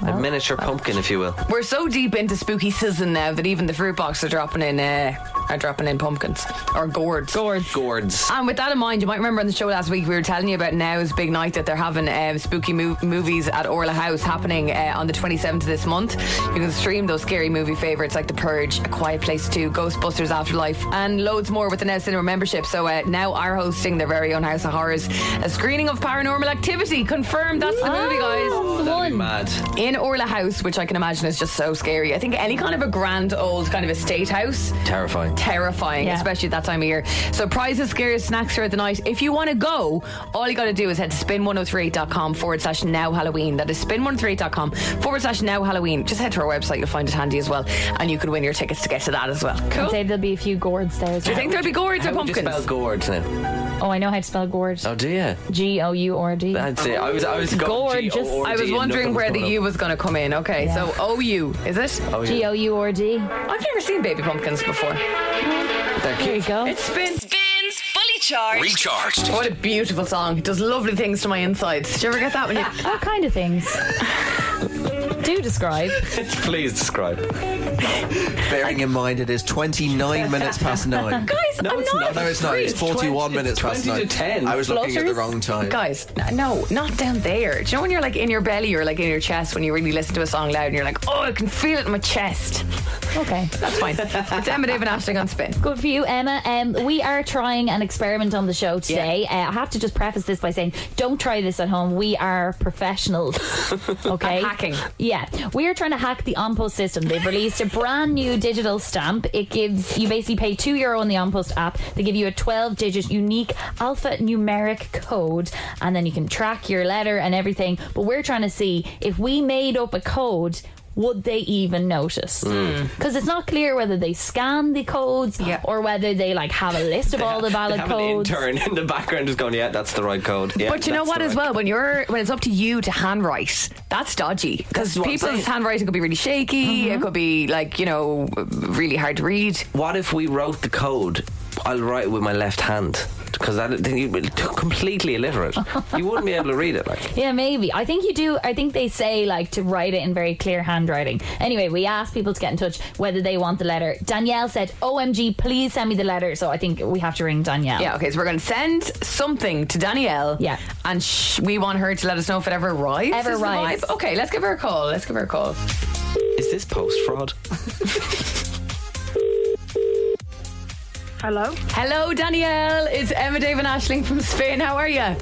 S4: a miniature pumpkin, if you will.
S3: We're so deep into spooky season now that even the fruit box are dropping in uh, are dropping in pumpkins or gourds.
S6: Gourds.
S4: Gourds.
S3: And with that in mind, you might remember on the show last week we were telling you about Now's big night that they're having um, spooky mo- movies at Orla House happening uh, on the 27th of this month. You can stream those scary movie favourites like The Purge, A Quiet Place 2, Ghostbusters Afterlife, and loads more with the Now Cinema membership. So uh, now are hosting their very own House of Horrors, a screening of Paranormal Activity. Confirmed, that's the movie, guys.
S6: Oh,
S4: Mad.
S3: In Orla House, which I can imagine is just so scary. I think any kind of a grand old kind of estate house
S4: Terrifying.
S3: terrifying,
S4: Yeah.
S3: especially at that time of year. So prizes, scares, snacks throughout the night. If you want to go, all you got to do is head to spin1038.com forward slash now Halloween. That is spin1038.com forward slash now Halloween. Just head to our website, you'll find it handy as well. And you could win your tickets to get to that as well. Cool.
S6: I'd say there'll be a few gourds there. As
S3: Do you
S6: well.
S3: think there'll be gourds
S4: How
S3: or
S4: would you
S3: pumpkins?
S4: spell gourds now?
S6: Oh, I know how to spell gourd.
S4: Oh, do you?
S6: G O U R D.
S3: Oh,
S4: That's it. I was- I was going
S6: gorgeous.
S4: G-O-R-D
S3: I was wondering where the U was going to come in. Okay, so OU, is it?
S4: OU.
S6: G O U R D.
S3: I've never seen baby pumpkins before.
S4: There
S6: you go.
S3: It's spin.
S2: Spins Fully Charged.
S1: Recharged.
S3: What a beautiful song. It does lovely things to my insides. Did you ever get that when you.
S6: All kind of things. Do describe.
S4: Please describe.
S7: Bearing in mind, it is 29 minutes past nine.
S3: Guys,
S7: no,
S3: I'm
S7: it's
S3: not
S7: not. No, it's not. It's
S3: freaked.
S7: 41
S3: It's
S7: minutes past
S3: 20
S7: nine.
S3: to
S4: 10.
S7: I was looking at the
S3: Flutters?
S7: wrong time.
S3: Guys, n- no, not down there. Do you know when you're like in your belly or like in your chest when you really listen to a song loud and you're like, oh, I can feel it in my chest?
S6: Okay.
S3: That's fine. it's Emma David Ashling on spin.
S6: Good for you, Emma. Um, we are trying an experiment on the show today. Uh, I have to just preface this by saying, don't try this at home. We are professionals. Okay.
S3: hacking.
S6: Yeah, we are trying to hack the OnPost system. They've released a brand new digital stamp. It gives you basically pay two euro on the OnPost app. They give you a twelve-digit unique alphanumeric code, and then you can track your letter and everything. But we're trying to see if we made up a code. Would they even notice? Because it's not clear whether they scan the codes or whether they like have a list of all the
S4: They
S6: valid
S4: have
S6: codes.
S4: an intern in the background just going, yeah, that's the right code. Yeah,
S3: but you know
S4: that's
S3: what,
S4: the
S3: as
S4: right
S3: well, when you're when it's up to you to handwrite, that's dodgy because
S4: That's what I'm
S3: people's
S4: saying. Mm-hmm.
S3: handwriting could be really shaky. It could be like you know really hard to read.
S4: What if we wrote the code? I'll write it with my left hand. because that then you'd be completely illiterate. you wouldn't be able to read it. Like
S6: Yeah, maybe. I think you do. I think they say like to write it in very clear handwriting. Anyway, we asked people to get in touch whether they want the letter. Danielle said, "OMG, please send me the letter." So I think we have to ring Danielle.
S3: Yeah, okay, so we're going to send something to Danielle. Yeah. And sh- we want her to let us know if it ever arrives.
S6: Ever
S3: is the
S6: arrives.
S3: vibe. Okay, let's give her a call. Let's give her a call.
S4: Is this post fraud?
S3: Hello. Hello, Danielle. It's Emma David Ashling from Spain. How are you?